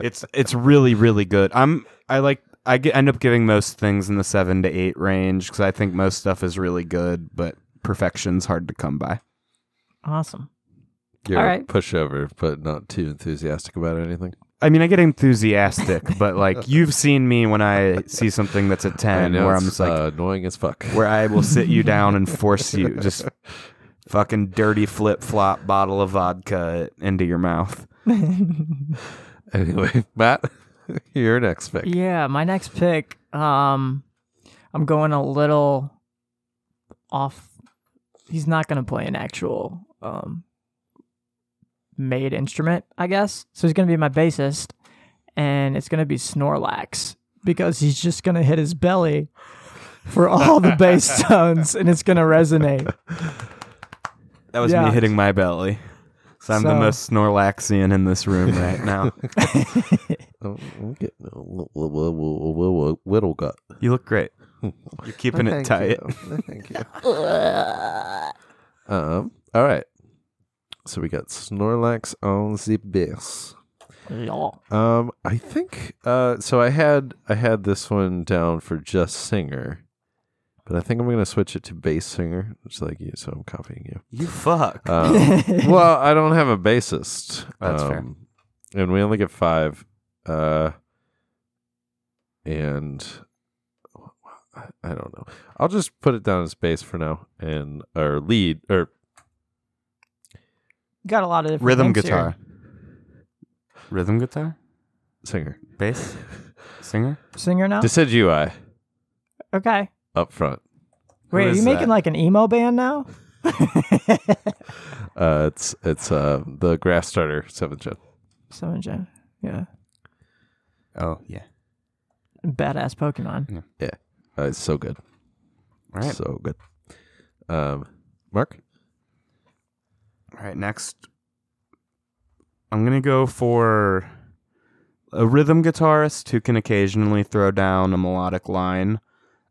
it's it's really really good. I'm I like I get, end up giving most things in the seven to eight range because I think most stuff is really good, but perfection's hard to come by. Awesome. You're All a right. pushover, but not too enthusiastic about anything. I mean, I get enthusiastic, but like you've seen me when I see something that's a I ten, know where I'm it's, just like, uh, annoying as fuck. where I will sit you down and force you just fucking dirty flip flop bottle of vodka into your mouth. Anyway, Matt, your next pick. Yeah, my next pick. Um, I'm going a little off. He's not going to play an actual um made instrument, I guess. So he's going to be my bassist, and it's going to be Snorlax because he's just going to hit his belly for all the bass tones and it's going to resonate. That was Yeah. me hitting my belly. So I'm the So- most Snorlaxian in this room right now. Oh, I'm getting a little- little- little little- little gut. you look great. You're keeping it tight. Thank you. um. All right. So we got Snorlax on the base. Um. I think. Uh. So I had I had this one down for just singer, but I think I'm gonna switch it to bass singer, just like you. So I'm copying you. You fuck. Um, well, I don't have a bassist. That's fair. fair. And we only get five. Uh, and I- I don't know. I'll just put it down as bass for now, and or lead or Got a lot of different Rhythm things here. guitar. Rhythm guitar? singer. Bass? Singer? Singer Oh. now? Decidui okay. up front. Wait, are you is making that? like an emo band now? Uh, it's it's uh the grass starter seventh gen. Seven Gen. Yeah. Oh, yeah. Badass Pokemon. Uh, it's so good, All right. so good. Um, Mark. All right, next. I'm going to go for a rhythm guitarist who can occasionally throw down a melodic line,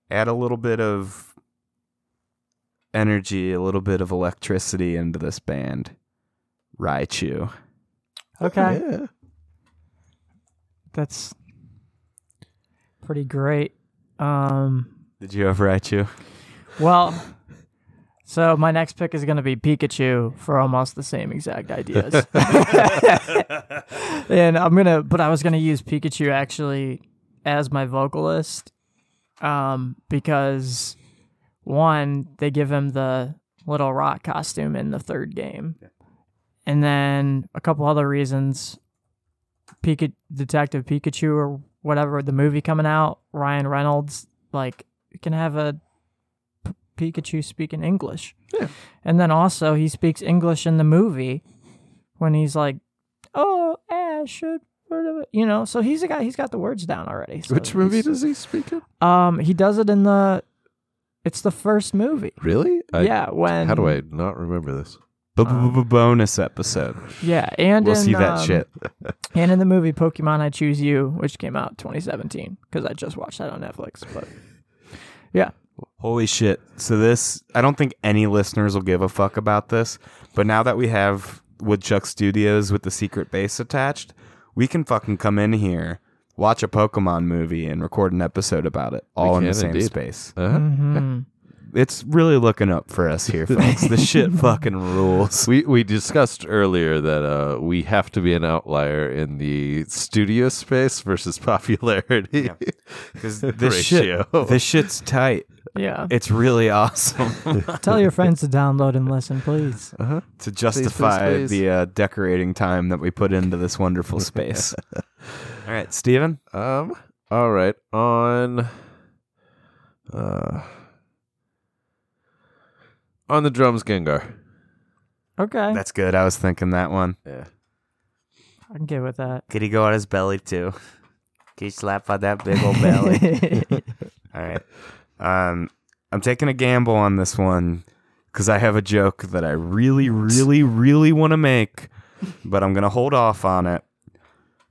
add a little bit of energy, a little bit of electricity into this band. Raichu. Okay. Yeah. That's pretty great. Um, Did you have Raichu? Well, so my next pick is going to be Pikachu for almost the same exact ideas. and I'm going to, but I was going to use Pikachu actually as my vocalist um, because one, they give him the little rock costume in the third game. And then a couple other reasons Pika- Detective Pikachu or whatever, the movie coming out, Ryan Reynolds, like, can have a Pikachu speaking English. And then also he speaks English in the movie when he's like, "Oh, Ash should," you know. So he's a guy. He's got the words down already. So Which movie he's- does he speak in? Um, he does it in the. It's the first movie. Really? I, yeah. When. How do I not remember this? Bonus episode. Yeah, and We'll in, see that um, shit. And in the movie Pokemon I Choose You, which came out 2017, because I just watched that on Netflix. But Holy shit. So this I don't think any listeners will give a fuck about this, but now that we have Woodchuck Studios with the secret base attached, we can fucking come in here, watch a Pokemon movie and record an episode about it all in can, the same indeed. space. Uh-huh. Mhm. Mm-hmm. It's really looking up for us here, folks. the shit fucking rules. We we discussed earlier that uh, we have to be an outlier in the studio space versus popularity. Cuz this shit Ratio. this shit's tight. yeah, It's really awesome tell your friends to download and listen, please. to justify please. the uh, decorating time that we put into this wonderful space. All right, Steven. Um. All right. On. Uh. On the drums, Gengar. Okay, That's good. I was thinking that one. Yeah. I can get with that. Could he go on his belly too? Can he slap on that big old belly? All right. Um, I'm taking a gamble on this one because I have a joke that I really, really, really want to make, but I'm gonna hold off on it.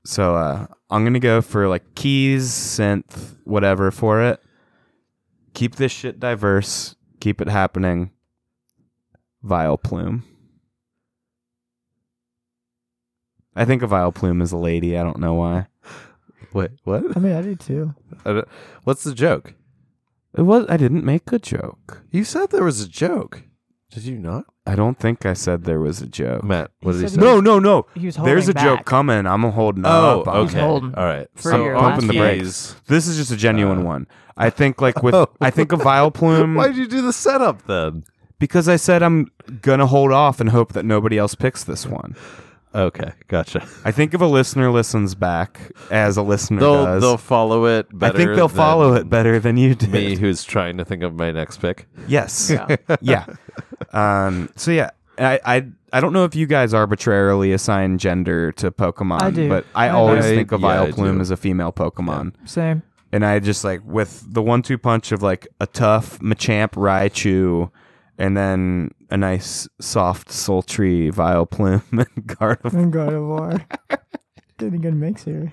So uh, I'm gonna go for like keys, synth, whatever for it. Keep this shit diverse. Keep it happening. Vile plume. I think a vile plume is a lady. I don't know why. Wait. What? I mean, I do too. I don't- What's the joke? It was. I didn't make a joke. You said there was a joke. Did you not, I don't think I said there was a joke. Matt? What did he say? No, no, no. He was There's holding a joke back. coming. I'm holding Oh, up. on okay. it. All holding right. for So your on last pumping the joke. brakes. This is just a genuine Uh, one. I think like with Oh. I think a vile plume Why'd you do the setup then? because I said I'm gonna hold off and hope that nobody else picks this one. Okay, gotcha. I think if a listener listens back as a listener They'll does, they'll follow it I better. think they'll than follow it better than you did. Me, who's trying to think of my next pick. Yes. Yeah. yeah. Um, so yeah, I, I I don't know if you guys arbitrarily assign gender to Pokemon, I do. but I, I do. always I- think of yeah, I Vileplume do. as a female Pokemon. Same. and I just like with the one two punch of like a tough Machamp Raichu and then a nice soft sultry Vileplume and Gardevoir. And God of War. Getting good mix here.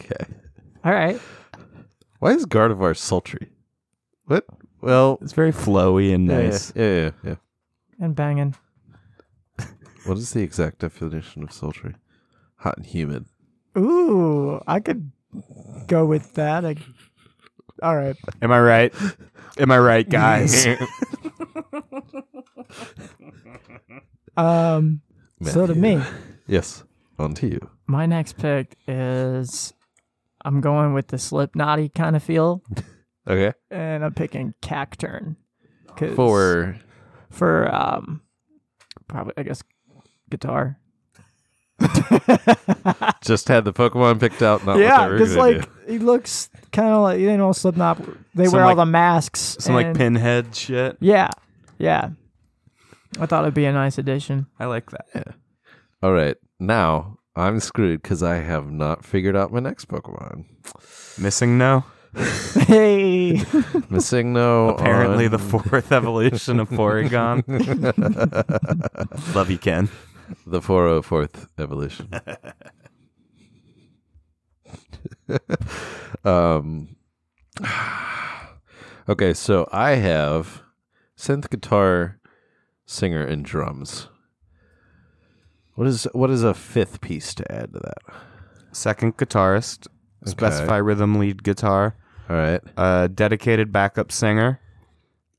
Okay. All right. Why is Gardevoir sultry? What? Well, It's very flowy and yeah, yeah, nice. Yeah, yeah, yeah. And banging. What is the exact definition of sultry? Hot and humid. Ooh, I could go with that. I, all right. Am I right? Am I right, guys? Um, so to Matthew. me, Yes. On to you. My next pick is I'm going with the slipknotty kind of feel, Okay. and I'm picking Cacturn. 'cause- For for um probably I guess guitar. just had the Pokemon picked out. Not yeah, what they were because gonna like do. he looks kind of like you know Slipknot. They Some, wear all like- the masks. Some like and- pinhead shit. Yeah, yeah. I thought it'd be a nice addition. I like that. All right, now I'm screwed because I have not figured out my next Pokemon. Missing no. hey, Missing no. Apparently on- the fourth evolution of Porygon. Love you, Ken. the 404th evolution. um, okay, so I have synth guitar, singer, and drums. What is what is a fifth piece to add to that? Second guitarist. Specify rhythm lead guitar. All right, A dedicated backup singer.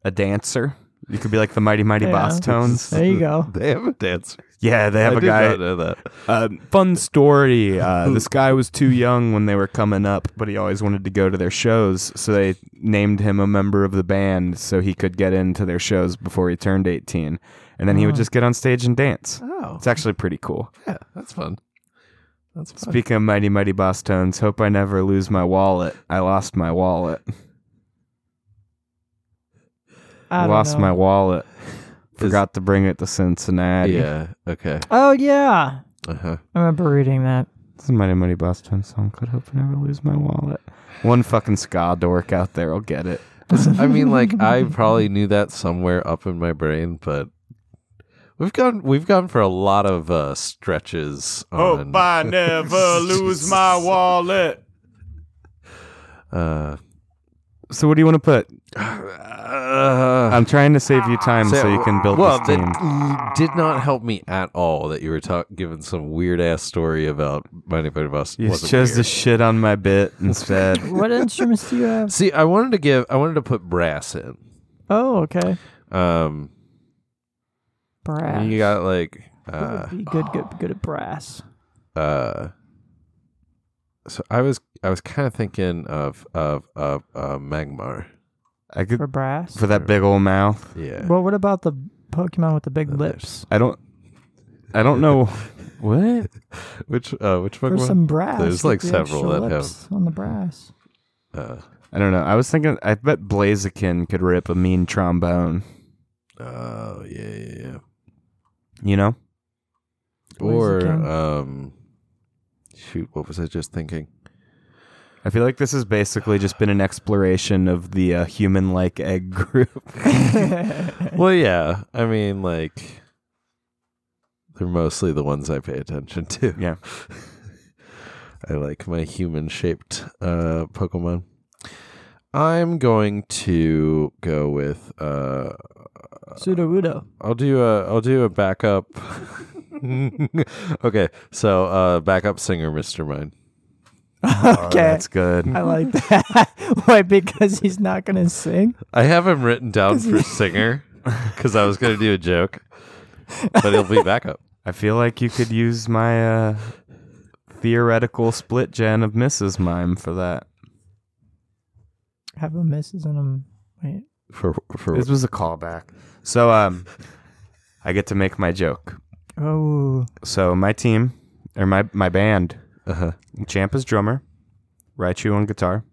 A dancer. You could be like the Mighty Mighty Yeah. Boss Tones. there you go. they have a dancer. Yeah, they have I a did guy. not know that. Um, fun story. Uh, this guy was too young when they were coming up, but he always wanted to go to their shows. So they named him a member of the band so he could get into their shows before he turned 18. And then he would just get on stage and dance. Oh, It's actually pretty cool. yeah, that's fun. That's fun. Speaking of Mighty Mighty Boss Tones, hope I never lose my wallet. I lost my wallet. I don't lost know. my wallet. Forgot to bring it to Cincinnati. yeah. Okay. Oh yeah, Uh huh. I remember reading that. It's a Mighty Mighty Boss Tones song. Could hope I never lose my wallet. One fucking ska dork out there will get it. I mean, like I probably knew that somewhere up in my brain, but we've gone we've gone for a lot of uh, stretches. On, never lose my wallet. uh, So what do you want to put? uh, I'm trying to save you time so you can build well, this that team. l- did not help me at all that you were talk- giving some weird ass story about Mighty Mighty Boss. You wasn't chose weird. to shit on my bit instead. What instruments do you have? See, I wanted to give I wanted to put brass in. Oh, okay. Um, Brass. you got like What uh, would be good, good, good at brass. uh so I was I was kind of thinking of of of uh, Magmar. I could For brass. for that big old mouth. Yeah. well, what about the Pokemon with the big Uh, lips? I don't. I don't know what. Which uh which For Pokemon? some brass. There's, with like, the several extra that have- lips on the brass. uh, I don't know. I was thinking. I bet Blaziken could rip a mean trombone. oh yeah yeah yeah. You know, Or Blaziken. um shoot, what was I just thinking? I feel like this has basically just been an exploration of the uh, human-like egg group. well yeah. I mean like they're mostly the ones I pay attention to. Yeah. Oh, I like my human shaped uh Pokemon. I'm going to go with uh Sudowoodo. I'll do a I'll do a backup. okay, so uh backup singer, Mr. Mine. Oh, Okay. that's good. I like that. Why? Because he's not going to sing? I have him written down for singer because I was gonna do a joke, but he'll be backup. I feel like you could use my uh, theoretical split gen of Mrs. Mime for that. Have a misses and um. Wait. For for This was a callback. So um, I get to make my joke. Oh. So my team or my my band, uh-huh. Champ is drummer, Raichu on guitar,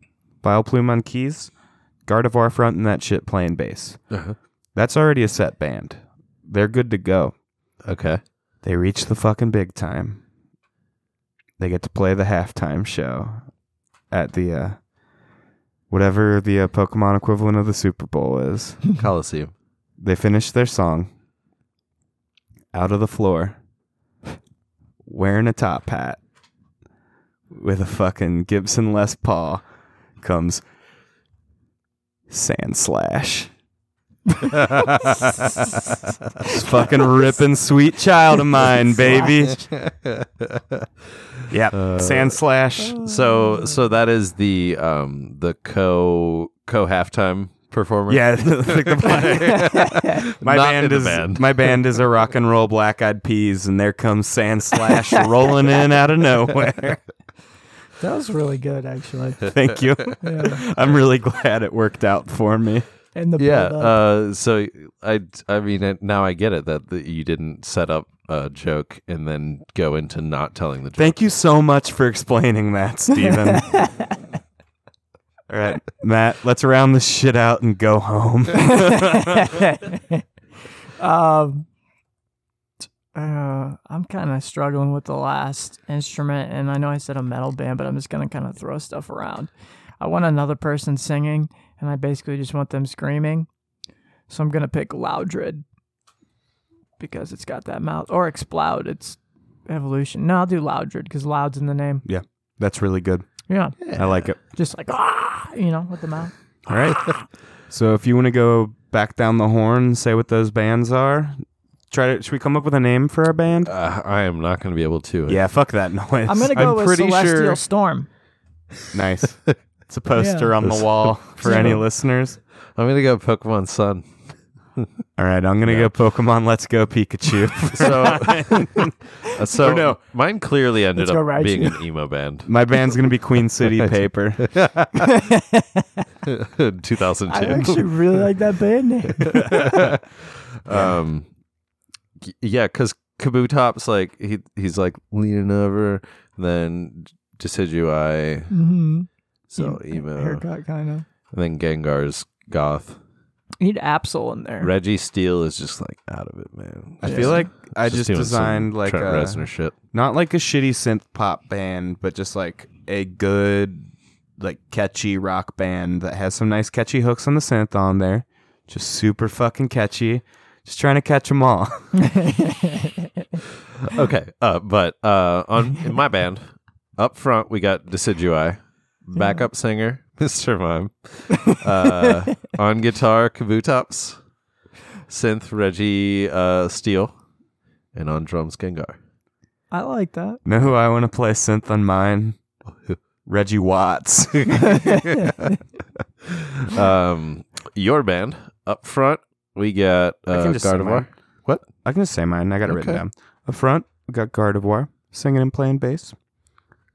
Vileplume on keys, Gardevoir front and that shit playing bass. Uh-huh. That's already a set band. They're good to go. okay. They reach the fucking big time. They get to play the halftime show. at the uh, whatever the uh, Pokemon equivalent of the Super Bowl is. Coliseum. They finished their song out of the floor, wearing a top hat with a fucking Gibson Les Paul comes Sand Slash. Just fucking ripping sweet child of Oh. mine, baby. Yeah. Uh, Sand Slash. So so that is the um the co co halftime performer. Yeah, like the plan- my Not band in the is band. my band is a rock and roll Black Eyed Peas, and there comes Sand Slash rolling in out of nowhere. That was really good, actually. Thank you. Yeah. I'm really glad it worked out for me. And the Yeah. build-up. Uh, so I I mean it- now I get it that the, you didn't set up a joke and then go into not telling the joke. Thank you so much for explaining that, Steven. All right, Matt, let's round this shit out and go home. Um, t- uh, I'm kind of struggling with the last instrument, and I know I said a metal band, but I'm just gonna kind of throw stuff around. I want another person singing, and I basically just want them screaming. So I'm gonna pick Loudred because it's got that mouth, or Exploud. It's evolution. No, I'll do Loudred because Loud's in the name. yeah, that's really good. Yeah, I like it. just like ah, you know, with the mouth. All right. so if you want to go back down the horn, say what those bands are. Try to. Should we come up with a name for our band? Uh, I am not going to be able to. yeah, fuck that noise. I'm gonna go I'm with pretty Celestial sure- Storm. nice. It's a poster on the This- wall for any listeners. I'm going to go Pokemon Sun. All right, I'm gonna go Pokemon. Let's go Pikachu. So uh, so Or no. mine clearly ended Let's go up Raichu. being an emo band. My band's gonna be Queen City Paper. 2002. I actually really like that band name. Um, y- yeah, because Kabutop's like he he's like leaning over, then Decidueye, Mm-hmm. Mhm. Mm, so Em- emo, Haircut, kind of. and then Gengar's goth. You need Absol in there. Reggie Steele is just like out of it, man. I feel like I He's just doing some designed like Trent a, Reznor shit. not like a shitty synth pop band, but just like a good, like catchy rock band that has some nice catchy hooks on the synth on there. Just super fucking catchy. Just trying to catch them all. Okay, uh, but uh, on in my band, up front we got Decidueye, backup singer Mr. Mime, uh, on guitar Kabutops, synth Reggie uh, Steele, and on drums Gengar. I like that. know who I want to play synth on mine? Reggie Watts. um, your band up front, we got I uh, can just say Gardevoir. mine. What? I can just say mine. I got it written Okay. down. Up front, we got Gardevoir singing and playing bass.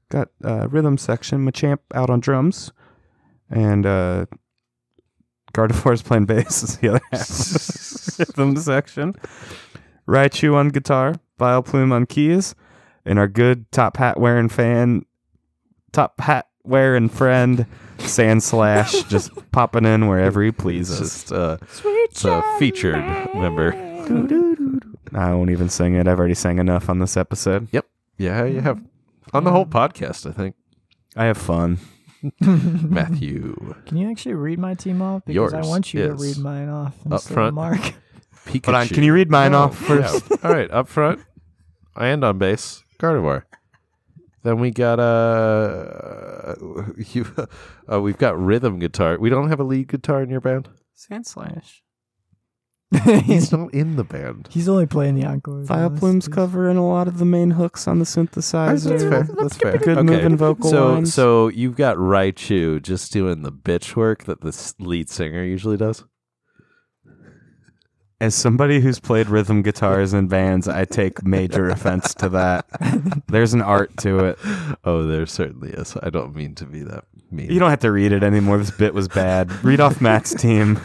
Got uh, rhythm section, Machamp out on drums, and uh, Gardevoir's playing bass is the other half. of rhythm section. Raichu on guitar, Vileplume on keys, and our good top hat wearing fan, top hat wearing friend, Sand Slash, just popping in wherever he It's pleases. just uh, it's a featured member. I won't even sing it. I've already sang enough on this episode. Yeah, you have on the whole podcast. I think I have fun. Matthew Can you actually read my team off? Because I Yours want you to is read mine off up instead front. of Mark. Pikachu. Hold on, can you read mine off first? Yeah. All right, up front and on bass, Gardevoir. Then we got uh, you, uh, we've got rhythm guitar. We don't have a lead guitar in your band. Sand slash. He's not in the band. He's only playing the encore. Vileplume's covering a lot of the main hooks on the synthesizer. That's fair. That's fair. Good Okay. moving vocal So, lines. so you've got Raichu just doing the bitch work that the s- lead singer usually does. As somebody who's played rhythm guitars in bands, I take major offense to that. There's an art to it. Oh, there certainly is. I don't mean to be that mean. You don't have to read it anymore. This bit was bad. Read off Matt's team.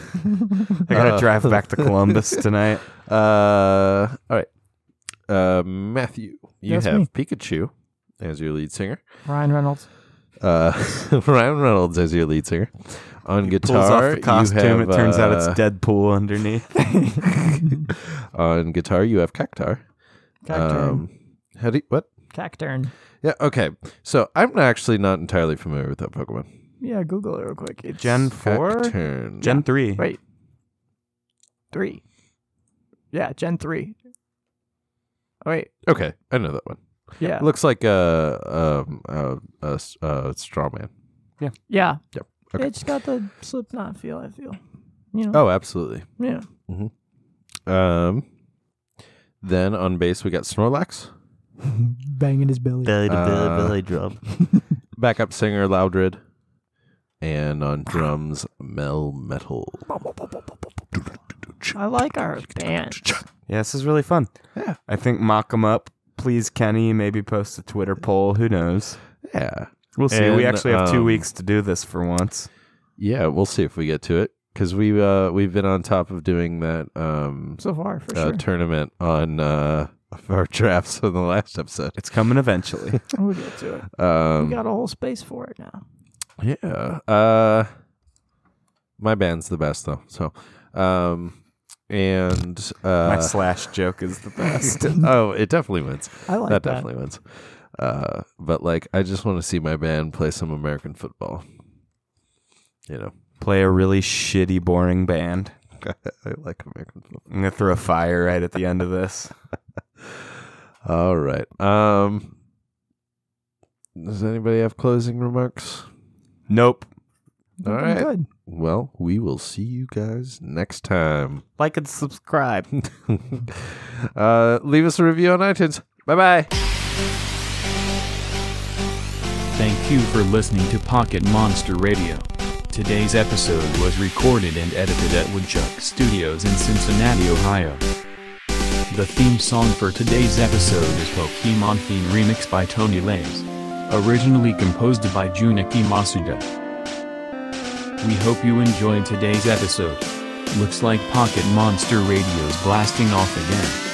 I gotta Uh. drive back to Columbus tonight. Uh, all right. Uh, Matthew, you That's have me. Pikachu as your lead singer. Ryan Reynolds. Uh, Ryan Reynolds as your lead singer. On guitar, Pulls off the you costume. have, it turns out it's uh, Deadpool underneath. On guitar, you have Cactar. Cacturn. Um, how do you, what? Cacturn. Yeah, okay. So I'm actually not entirely familiar with that Pokemon. Yeah, Google it real quick. It's Gen four, Cacturn. Gen three. Wait. Three. Yeah, Gen three. Oh, wait. Okay, I know that one. Yeah. Looks like a um a, a, s- a straw man. Yeah. Yep. Okay. It's got the Slipknot feel. I feel. You know. Oh, absolutely. Yeah. Um, then on base we got Snorlax, Banging his belly. Belly to Uh, belly, belly drum. backup singer Loudred, and on drums Mel Metal. I like our band. Yeah, this is really fun. Yeah. I think mock them up. Please, Kenny, maybe post a Twitter poll. Who knows? Yeah, We'll see. we And, actually have two um, weeks to do this for once. yeah. We'll see if we get to it because we uh we've been on top of doing that um So far, for uh, sure. tournament on uh of our drafts on the last episode. It's coming eventually. we'll get to it. Um, We got a whole space for it now. Yeah. Uh my band's the best though. So um and My uh slash joke is the best. oh, it definitely wins. I like that, that. definitely wins. Uh but like I just want to see my band play some American football. You know. Play a really shitty, boring band. I like American football. I'm gonna throw a fire right at the end of this. All right. Um does anybody have closing remarks? Nope. All Looking right. Good. Well, we will see you guys next time. Like and subscribe. uh, leave us a review on iTunes. Bye bye. Thank you for listening to Pocket Monster Radio. Today's episode was recorded and edited at Woodchuck Studios in Cincinnati, Ohio. The theme song for today's episode is Pokemon Theme Remix by Tony Lays. Originally composed by Junichi Masuda. We hope you enjoyed today's episode. Looks like Pocket Monster Radio's blasting off again.